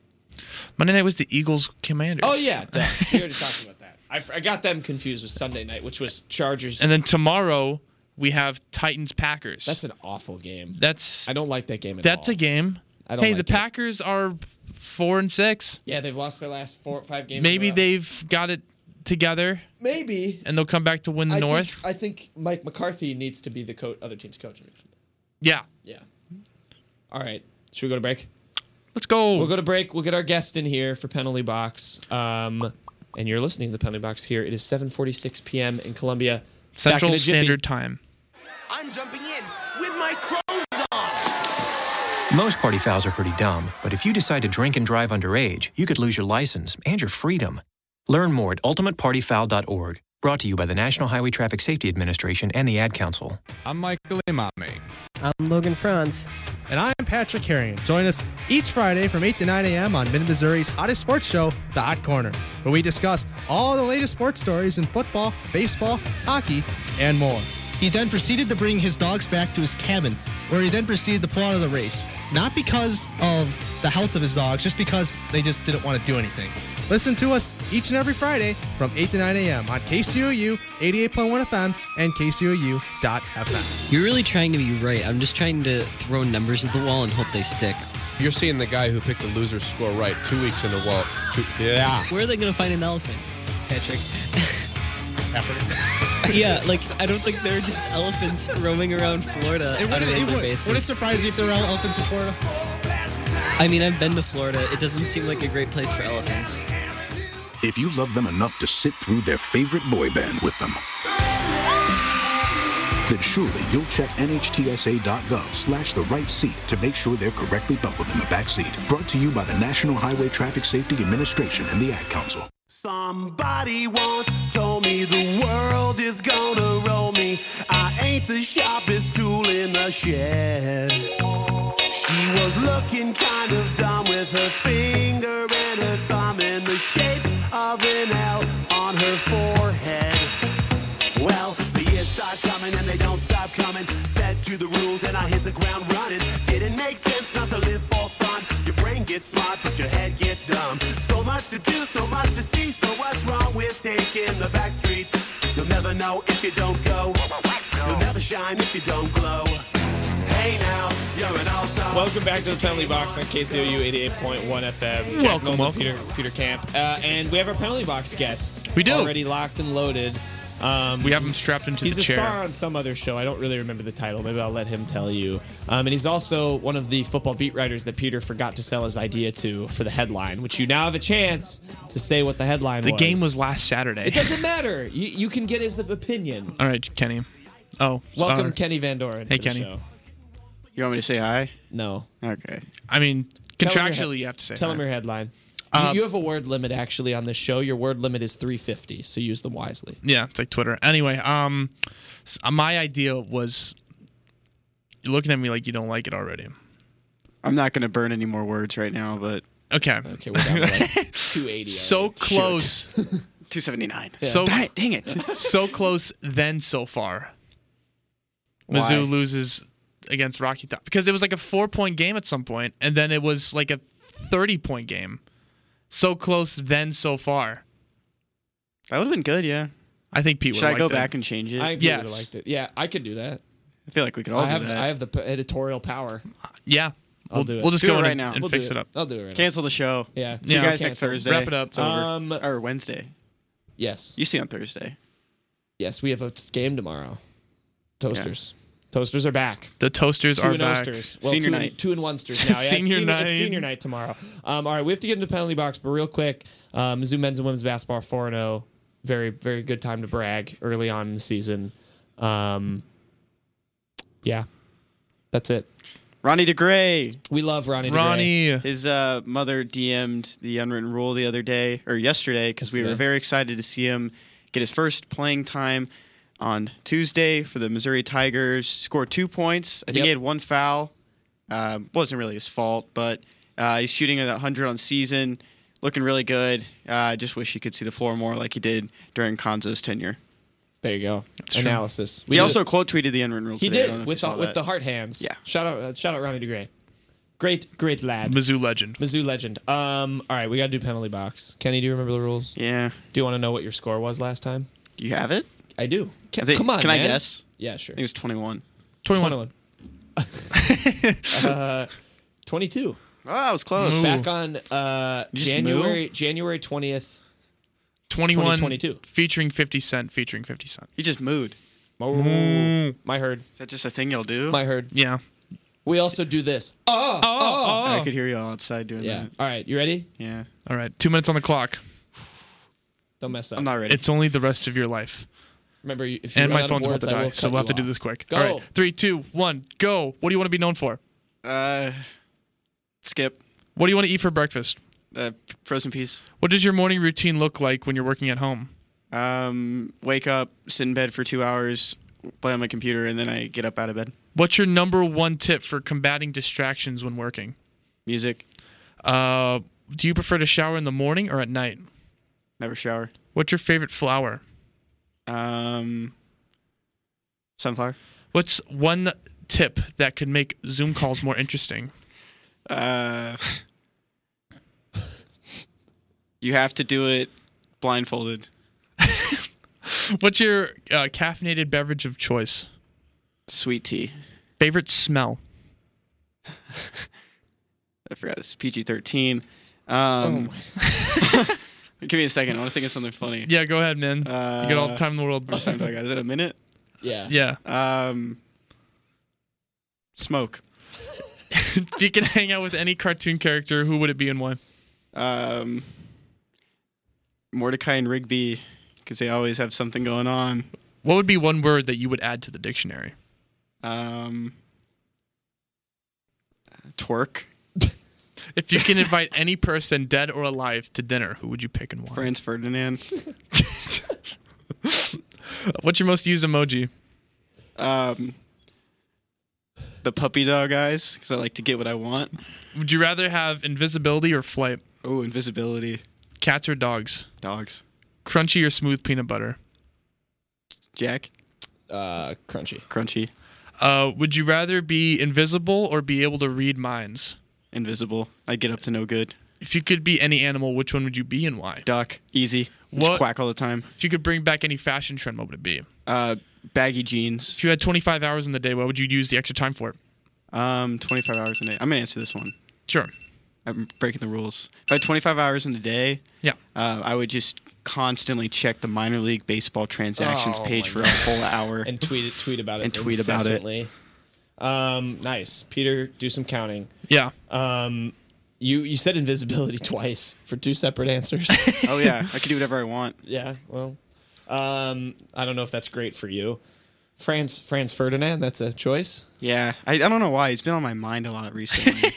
Speaker 2: Monday night was the Eagles Commanders.
Speaker 3: Oh yeah, duh. we already talked about that. I, f- I got them confused with Sunday night, which was Chargers.
Speaker 2: And then tomorrow we have Titans Packers.
Speaker 3: That's an awful game.
Speaker 2: that's
Speaker 3: I don't like that game at all.
Speaker 2: that's a game.
Speaker 3: I don't
Speaker 2: hey,
Speaker 3: like
Speaker 2: the
Speaker 3: it.
Speaker 2: Packers are four and six.
Speaker 3: Yeah, they've lost their last four, five games. in a
Speaker 2: Maybe
Speaker 3: row.
Speaker 2: they've got it together
Speaker 3: maybe.
Speaker 2: and they'll come back to win the
Speaker 3: I
Speaker 2: North.
Speaker 3: Think, I think Mike McCarthy needs to be the co- other team's coach.
Speaker 2: yeah,
Speaker 3: Yeah. All right. Should we go to break?
Speaker 2: let's go.
Speaker 3: We'll go to break. We'll get our guest in here for Penalty Box. Um, and you're listening to the Penalty Box here. It is 7:46 p.m. in Columbia. Back in
Speaker 2: Central
Speaker 3: a jiffy.
Speaker 2: Standard Time.
Speaker 8: I'm jumping in with my clothes on.
Speaker 9: Most party fouls are pretty dumb, but if you decide to drink and drive underage, you could lose your license and your freedom. Learn more at ultimatepartyfoul.org. Brought to you by the National Highway Traffic Safety Administration and the Ad Council.
Speaker 10: I'm Michael Imami.
Speaker 11: I'm Logan Franz.
Speaker 10: And I'm Patrick Carrion. Join us each Friday from 8 to 9 a.m. on Mid Missouri's hottest sports show, The Hot Corner, where we discuss all the latest sports stories in football, baseball, hockey, and more. He then proceeded to bring his dogs back to his cabin, where he then proceeded to pull out of the race. Not because of the health of his dogs, just because they just didn't want to do anything. Listen to us each and every Friday from 8 to 9 a.m. on KCOU 88.1 FM and KCOU.FM.
Speaker 11: You're really trying to be right. I'm just trying to throw numbers at the wall and hope they stick.
Speaker 12: You're seeing the guy who picked the loser's score right two weeks in a row. Two, yeah.
Speaker 11: Where are they going to find an elephant, Patrick? yeah, like I don't think there are just elephants roaming around Florida
Speaker 10: It
Speaker 11: on
Speaker 10: wouldn't,
Speaker 11: a
Speaker 10: it
Speaker 11: regular
Speaker 10: would,
Speaker 11: basis.
Speaker 10: would it surprise you if there were elephants in Florida?
Speaker 11: I mean, I've been to Florida. It doesn't seem like a great place for elephants.
Speaker 8: If you love them enough to sit through their favorite boy band with them, then surely you'll check nhtsa.gov slash the right seat to make sure they're correctly buckled in the back seat. Brought to you by the National Highway Traffic Safety Administration and the Ad Council. Somebody once told me the world is gonna roll me. I ain't
Speaker 13: ain't the sharpest tool in the shed. She was looking kind of dumb with her finger and her thumb in the shape of an L on her forehead. Well, the years start coming and they don't stop coming. Fed to the rules and I hit the ground running. Didn't make sense not to live for fun. Your brain gets smart, but your head gets dumb. So much to do, so much to see. So what's wrong with taking the back streets? You'll never know if you don't go. You'll never shine if you don't glow. Hey now, you're an all-star.
Speaker 3: Welcome back to the penalty box on KCOU 88.1 FM. Jack
Speaker 13: Welcome,
Speaker 3: Nolan,
Speaker 13: welcome.
Speaker 3: Peter, Peter Camp. Uh, and we have our penalty box guest.
Speaker 2: We do.
Speaker 3: Already locked and loaded. Um,
Speaker 2: We have him strapped into
Speaker 3: he's
Speaker 2: the
Speaker 3: a
Speaker 2: chair.
Speaker 3: star on some other show. I don't really remember the title. Maybe I'll let him tell you. Um, and he's also one of the football beat writers that Peter forgot to sell his idea to for the headline, which you now have a chance to say what the headline
Speaker 2: The
Speaker 3: was.
Speaker 2: game was last Saturday.
Speaker 3: It doesn't matter. You, you can get his opinion.
Speaker 2: All right, Kenny. Oh,
Speaker 3: Welcome,
Speaker 2: sorry.
Speaker 3: Kenny Van Doren.
Speaker 2: Hey,
Speaker 3: to the
Speaker 2: Kenny.
Speaker 3: show.
Speaker 14: You want me to say hi?
Speaker 3: No.
Speaker 14: Okay.
Speaker 2: I mean,
Speaker 3: Tell 'em your
Speaker 2: contractually,
Speaker 3: head-
Speaker 2: you have to say.
Speaker 3: Tell
Speaker 2: hi.
Speaker 3: him your headline. You-
Speaker 2: Um,
Speaker 3: you have a word limit actually on this show. Your word limit is 350, so use them wisely.
Speaker 2: Yeah, it's like Twitter. Anyway, um, s- uh, my idea was you're looking at me like you don't like it already.
Speaker 14: I'm not going to burn any more words right now, but.
Speaker 2: Okay.
Speaker 3: Okay, we're down to like 280.
Speaker 2: So close.
Speaker 14: 279.
Speaker 2: So
Speaker 14: dang, dang it.
Speaker 2: so close then so far. Mizzou
Speaker 14: Why?
Speaker 2: loses against Rocky Top because it was like a four point game at some point, and then it was like a thirty point game. So close then so far.
Speaker 14: That would have been good, yeah.
Speaker 2: I think Pete.
Speaker 14: Should I go back and change it?
Speaker 3: I think
Speaker 2: yes.
Speaker 3: would have liked it. Yeah, I could do that.
Speaker 14: I feel like we could all
Speaker 3: I have
Speaker 14: do
Speaker 3: the,
Speaker 14: that.
Speaker 3: I have the p- editorial power.
Speaker 2: Yeah.
Speaker 3: I'll
Speaker 2: we'll,
Speaker 3: do it.
Speaker 2: We'll just
Speaker 14: Do
Speaker 2: go
Speaker 14: it
Speaker 2: in
Speaker 14: right
Speaker 2: and-
Speaker 14: now.
Speaker 2: and
Speaker 14: We'll
Speaker 2: fix
Speaker 3: do
Speaker 2: it.
Speaker 3: it.
Speaker 2: up.
Speaker 3: I'll do it right now.
Speaker 14: Cancel the show.
Speaker 3: Yeah.
Speaker 14: You
Speaker 3: Yeah,
Speaker 14: guys pick
Speaker 3: cancel.
Speaker 14: Thursday.
Speaker 3: Wrap it up.
Speaker 14: It's over.
Speaker 3: Um,
Speaker 14: or Wednesday.
Speaker 3: Yes.
Speaker 14: You see on Thursday.
Speaker 3: Yes, we have a t- game tomorrow. Toasters. Toasters are back.
Speaker 2: The toasters
Speaker 3: two
Speaker 2: are
Speaker 3: and
Speaker 2: back.
Speaker 3: Osters. Well,
Speaker 14: Senior
Speaker 3: two
Speaker 14: night.
Speaker 3: And, two and onesters now. Yeah, it's
Speaker 2: Senior
Speaker 3: senior, night. It's
Speaker 2: night.
Speaker 3: senior night tomorrow. Um, all right, we have to get into penalty box, but real quick, um, Mizzou men's and women's basketball four and zero. Very very good time to brag early on in the season. Um, yeah, that's it.
Speaker 14: Ronnie DeGray.
Speaker 3: We love Ronnie. DeGray.
Speaker 14: His uh, mother DM'd the unwritten rule the other day or yesterday because we were
Speaker 3: Yesterday.
Speaker 14: very excited to see him get his first playing time on Tuesday for the Missouri Tigers. Score two points. I think
Speaker 3: Yep.
Speaker 14: he had one foul. Um, wasn't really his fault, but uh, he's shooting at 100 on season, looking really good. Uh, I just wish he could see the floor more like he did during Konzo's tenure.
Speaker 3: There you go. Analysis.
Speaker 14: We
Speaker 3: did-
Speaker 14: also quote tweeted the unwritten rule.
Speaker 3: he
Speaker 14: today. I don't know
Speaker 3: did
Speaker 14: if
Speaker 3: with
Speaker 14: you
Speaker 3: the,
Speaker 14: saw
Speaker 3: with
Speaker 14: that.
Speaker 3: the heart hands.
Speaker 14: Yeah.
Speaker 3: Shout out uh, shout out Ronnie DeGray. Great great lad.
Speaker 2: Mizzou legend.
Speaker 3: Mizzou legend. Um, all right, we gotta do penalty box. Kenny, do you remember the rules?
Speaker 14: Yeah.
Speaker 3: Do you want to know what your score was last time?
Speaker 14: Do you have it?
Speaker 3: I do. Can,
Speaker 14: I think-
Speaker 3: come on,
Speaker 14: Can I
Speaker 3: man.
Speaker 14: guess?
Speaker 3: Yeah, sure.
Speaker 14: I think it was 21.
Speaker 2: 21.
Speaker 3: 21. uh, 22.
Speaker 14: Oh, I was close.
Speaker 3: Back on uh,
Speaker 14: You just
Speaker 3: January January 20th.
Speaker 2: 21
Speaker 3: 2022.
Speaker 2: featuring 50 Cent, featuring 50 Cent.
Speaker 14: He just moved.
Speaker 3: My, Oh, my herd.
Speaker 14: Is that just a thing y'all do?
Speaker 3: My herd.
Speaker 2: Yeah.
Speaker 3: We also do this. Oh, oh,
Speaker 14: I could hear y'all outside doing
Speaker 3: Yeah.
Speaker 14: that.
Speaker 3: All right, you ready?
Speaker 14: Yeah.
Speaker 2: All right. Two minutes on the clock.
Speaker 3: Don't mess up.
Speaker 14: I'm not ready.
Speaker 2: It's only the rest of your life.
Speaker 3: Remember, you- if you
Speaker 2: And
Speaker 3: run
Speaker 2: my
Speaker 3: out of
Speaker 2: phone's about
Speaker 3: words,
Speaker 2: to
Speaker 3: I
Speaker 2: die,
Speaker 3: will
Speaker 2: so
Speaker 3: cut
Speaker 2: we'll have to
Speaker 3: you
Speaker 2: do
Speaker 3: off.
Speaker 2: this quick.
Speaker 3: Go.
Speaker 2: All right. Three, two, one, go. What do you want to be known for?
Speaker 14: Uh, skip
Speaker 2: What do you want to eat for breakfast?
Speaker 14: uh, frozen piece.
Speaker 2: What does your morning routine look like when you're working at home?
Speaker 14: Um, wake up, sit in bed for two hours, play on my computer, and then I get up out of bed.
Speaker 2: What's your number one tip for combating distractions when working?
Speaker 14: Music.
Speaker 2: Uh, do you prefer to shower in the morning or at night?
Speaker 14: Never shower.
Speaker 2: What's your favorite flower?
Speaker 14: Um, sunflower.
Speaker 2: What's one tip that could make Zoom calls more interesting?
Speaker 14: Uh, you have to do it blindfolded.
Speaker 2: What's your uh, caffeinated beverage of choice?
Speaker 14: Sweet tea.
Speaker 2: Favorite smell?
Speaker 14: I forgot this is PG thirteen. Um, give me a second. I want to think of something funny.
Speaker 2: Yeah, go ahead, man. you got all the
Speaker 14: Uh,
Speaker 2: time in the world.
Speaker 14: How much time do I got? Is it a minute?
Speaker 3: Yeah.
Speaker 2: Yeah.
Speaker 14: Um, smoke.
Speaker 2: if you can hang out with any cartoon character, who would it be and why?
Speaker 14: Um, Mordecai and Rigby, because they always have something going on.
Speaker 2: What would be one word that you would add to the dictionary?
Speaker 14: Um, twerk.
Speaker 2: If you can invite any person, dead or alive, to dinner, who would you pick and why?
Speaker 14: Franz Ferdinand.
Speaker 2: What's your most used emoji?
Speaker 14: um, the puppy dog eyes because I like to get what I want.
Speaker 2: Would you rather have invisibility or flight?
Speaker 14: Oh, invisibility.
Speaker 2: Cats or dogs?
Speaker 14: Dogs.
Speaker 2: Crunchy or smooth peanut butter?
Speaker 14: Jack.
Speaker 3: Uh, crunchy.
Speaker 14: Crunchy.
Speaker 2: Uh, would you rather be invisible or be able to read minds?
Speaker 14: Invisible. I get up to no good.
Speaker 2: If you could be any animal, which one would you be and why?
Speaker 14: Duck. Easy. Just
Speaker 2: What-
Speaker 14: quack all the time.
Speaker 2: If you could bring back any fashion trend, what would it be?
Speaker 14: Uh, baggy jeans.
Speaker 2: If you had 25 hours in the day, what would you use the extra time for?
Speaker 14: Um, 25 hours in a day. I'm gonna answer this one.
Speaker 2: Sure.
Speaker 14: I'm breaking the rules. If I had 25 hours in a day,
Speaker 2: Yeah.
Speaker 14: uh, I would just constantly check the minor league baseball transactions
Speaker 3: Oh
Speaker 14: page
Speaker 3: my
Speaker 14: for a
Speaker 3: God.
Speaker 14: whole hour.
Speaker 3: and tweet it, tweet about it,
Speaker 14: And tweet about it.
Speaker 3: incessantly. Um, nice, Peter. Do some counting.
Speaker 2: Yeah.
Speaker 3: Um, you you said invisibility twice for two separate answers.
Speaker 14: oh yeah, I could do whatever I want.
Speaker 3: yeah. Well, um, I don't know if that's great for you, Franz Franz Ferdinand. That's a choice.
Speaker 14: Yeah, I, I don't know why he's been on my mind a lot recently.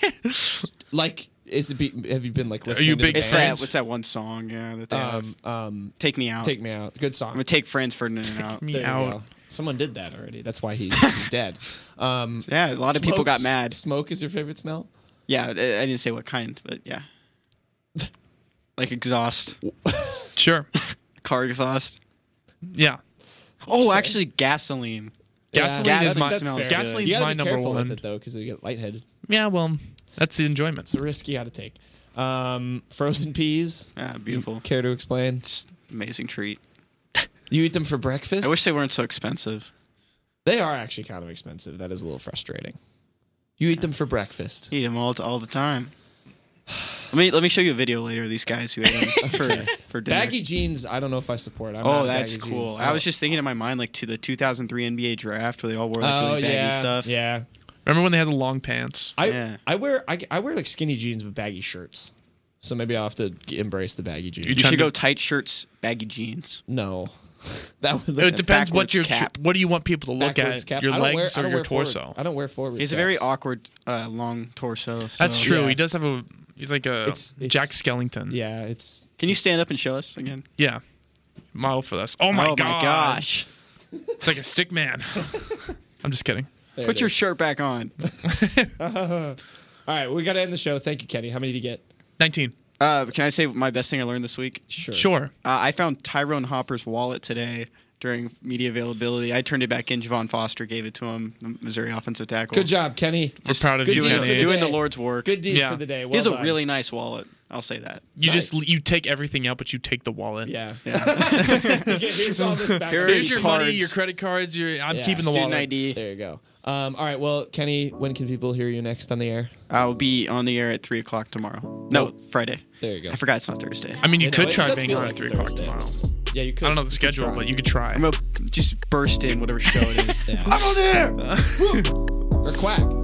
Speaker 3: Like, is it? Be, have you been like listening? to the
Speaker 14: It's
Speaker 3: band?
Speaker 14: that. What's that one song? Yeah, that they
Speaker 3: Um,
Speaker 14: have. take me out.
Speaker 3: Take me out. Good song.
Speaker 14: I'm gonna take Franz Ferdinand out.
Speaker 3: There you go. Someone did that already. That's why he's, he's dead. Um,
Speaker 14: Yeah, a lot of people got
Speaker 3: smokes-
Speaker 14: mad.
Speaker 3: Smoke is your favorite smell?
Speaker 14: Yeah, I I didn't say what kind, but yeah, like exhaust,
Speaker 2: Sure.
Speaker 14: car exhaust.
Speaker 2: Yeah.
Speaker 14: Oh, actually, gasoline.
Speaker 2: Gasoline
Speaker 14: Yeah,
Speaker 2: is
Speaker 14: that's-
Speaker 2: my
Speaker 14: that's fair.
Speaker 2: gasoline's
Speaker 3: You gotta
Speaker 2: my
Speaker 3: be
Speaker 2: number
Speaker 3: careful
Speaker 2: one.
Speaker 3: with it though, because you get lightheaded.
Speaker 2: Yeah, well, that's the enjoyment.
Speaker 3: It's a risk you gotta take. Um, frozen peas.
Speaker 14: Ah, beautiful.
Speaker 3: You care to explain?
Speaker 14: Amazing treat.
Speaker 3: You eat them for breakfast?
Speaker 14: I wish they weren't so expensive.
Speaker 3: they are actually kind of expensive. That is a little frustrating. You eat them for breakfast.
Speaker 14: Eat them all all the time. Let me let me show you a video later of these guys who ate them for, for dinner.
Speaker 3: Baggy jeans. I don't know if I support. I'm not
Speaker 14: oh,
Speaker 3: a
Speaker 14: that's
Speaker 3: baggy
Speaker 14: cool.
Speaker 3: jeans.
Speaker 14: I
Speaker 3: Oh.
Speaker 14: was just thinking in my mind like to the 2003 NBA draft where they all wore like
Speaker 3: Oh,
Speaker 14: really baggy
Speaker 3: yeah,
Speaker 14: stuff.
Speaker 3: Yeah.
Speaker 2: Remember when they had the long pants?
Speaker 3: I
Speaker 14: Yeah.
Speaker 3: I wear I, I wear like skinny jeans with baggy shirts. So maybe I'll have to g- embrace the baggy jeans.
Speaker 14: You, should go tight shirts, baggy jeans.
Speaker 3: No. that would look
Speaker 2: It depends what
Speaker 14: backwards
Speaker 2: your
Speaker 14: cap.
Speaker 2: what do you want people to look
Speaker 3: backwards
Speaker 2: at
Speaker 3: cap.
Speaker 2: your
Speaker 3: I don't wear-
Speaker 2: legs
Speaker 3: I
Speaker 2: or
Speaker 3: don't
Speaker 2: your
Speaker 3: wear forward-
Speaker 2: torso.
Speaker 3: I don't wear forward.
Speaker 14: He's a very awkward uh, long torso. so-
Speaker 2: That's true.
Speaker 3: Yeah.
Speaker 2: He does have a he's like a
Speaker 3: It's- it's-
Speaker 2: Jack Skellington.
Speaker 3: Yeah, it's
Speaker 14: Can you stand up and show us again?
Speaker 2: Yeah. Model for this. Oh my,
Speaker 14: oh my
Speaker 2: God.
Speaker 14: gosh!
Speaker 2: It's like a stick man. I'm just kidding.
Speaker 3: There
Speaker 14: Put
Speaker 3: it
Speaker 14: your
Speaker 3: is.
Speaker 14: shirt back on.
Speaker 3: All right, we got to end the show. Thank you, Kenny. How many did you get?
Speaker 2: 19.
Speaker 14: Uh, can I say my best thing I learned this week?
Speaker 3: Sure.
Speaker 2: Sure.
Speaker 14: Uh, I found Tyrone Hopper's wallet today during media availability. I turned it back in. Javon Foster gave it to him, the Missouri offensive tackle.
Speaker 3: Good job, Kenny.
Speaker 2: We're proud of
Speaker 3: good
Speaker 2: you,
Speaker 3: deed
Speaker 2: Kenny.
Speaker 3: for
Speaker 14: Doing the
Speaker 3: day.
Speaker 14: Lord's work.
Speaker 3: Good deed
Speaker 2: Yeah.
Speaker 3: for the day. Well
Speaker 14: He has a
Speaker 3: done.
Speaker 14: really nice wallet. I'll say that.
Speaker 2: You
Speaker 3: Nice.
Speaker 2: just you take everything out, but you take the wallet.
Speaker 3: yeah.
Speaker 14: Yeah.
Speaker 3: Yeah, Here's all this back.
Speaker 14: Here
Speaker 2: Here's
Speaker 14: Credit
Speaker 2: your money,
Speaker 14: cards.
Speaker 2: your credit cards. Your I'm
Speaker 3: Yeah.
Speaker 2: keeping the
Speaker 14: Student
Speaker 2: wallet.
Speaker 14: ID.
Speaker 3: There you go. Um, all right, well, Kenny, when can people hear you next on the air?
Speaker 14: I'll uh, be on the air at three o'clock tomorrow. No, Friday.
Speaker 3: There you go.
Speaker 14: I forgot it's not Thursday.
Speaker 2: I mean, you
Speaker 3: You know,
Speaker 2: could
Speaker 3: it
Speaker 2: try
Speaker 3: does
Speaker 2: being
Speaker 3: feel
Speaker 2: on
Speaker 3: like
Speaker 2: at three
Speaker 3: a
Speaker 2: o'clock
Speaker 3: Thursday.
Speaker 2: tomorrow.
Speaker 3: Yeah, you could.
Speaker 2: I don't know the schedule, but you could try.
Speaker 14: I'm gonna just burst in whatever show it is.
Speaker 3: Or quack.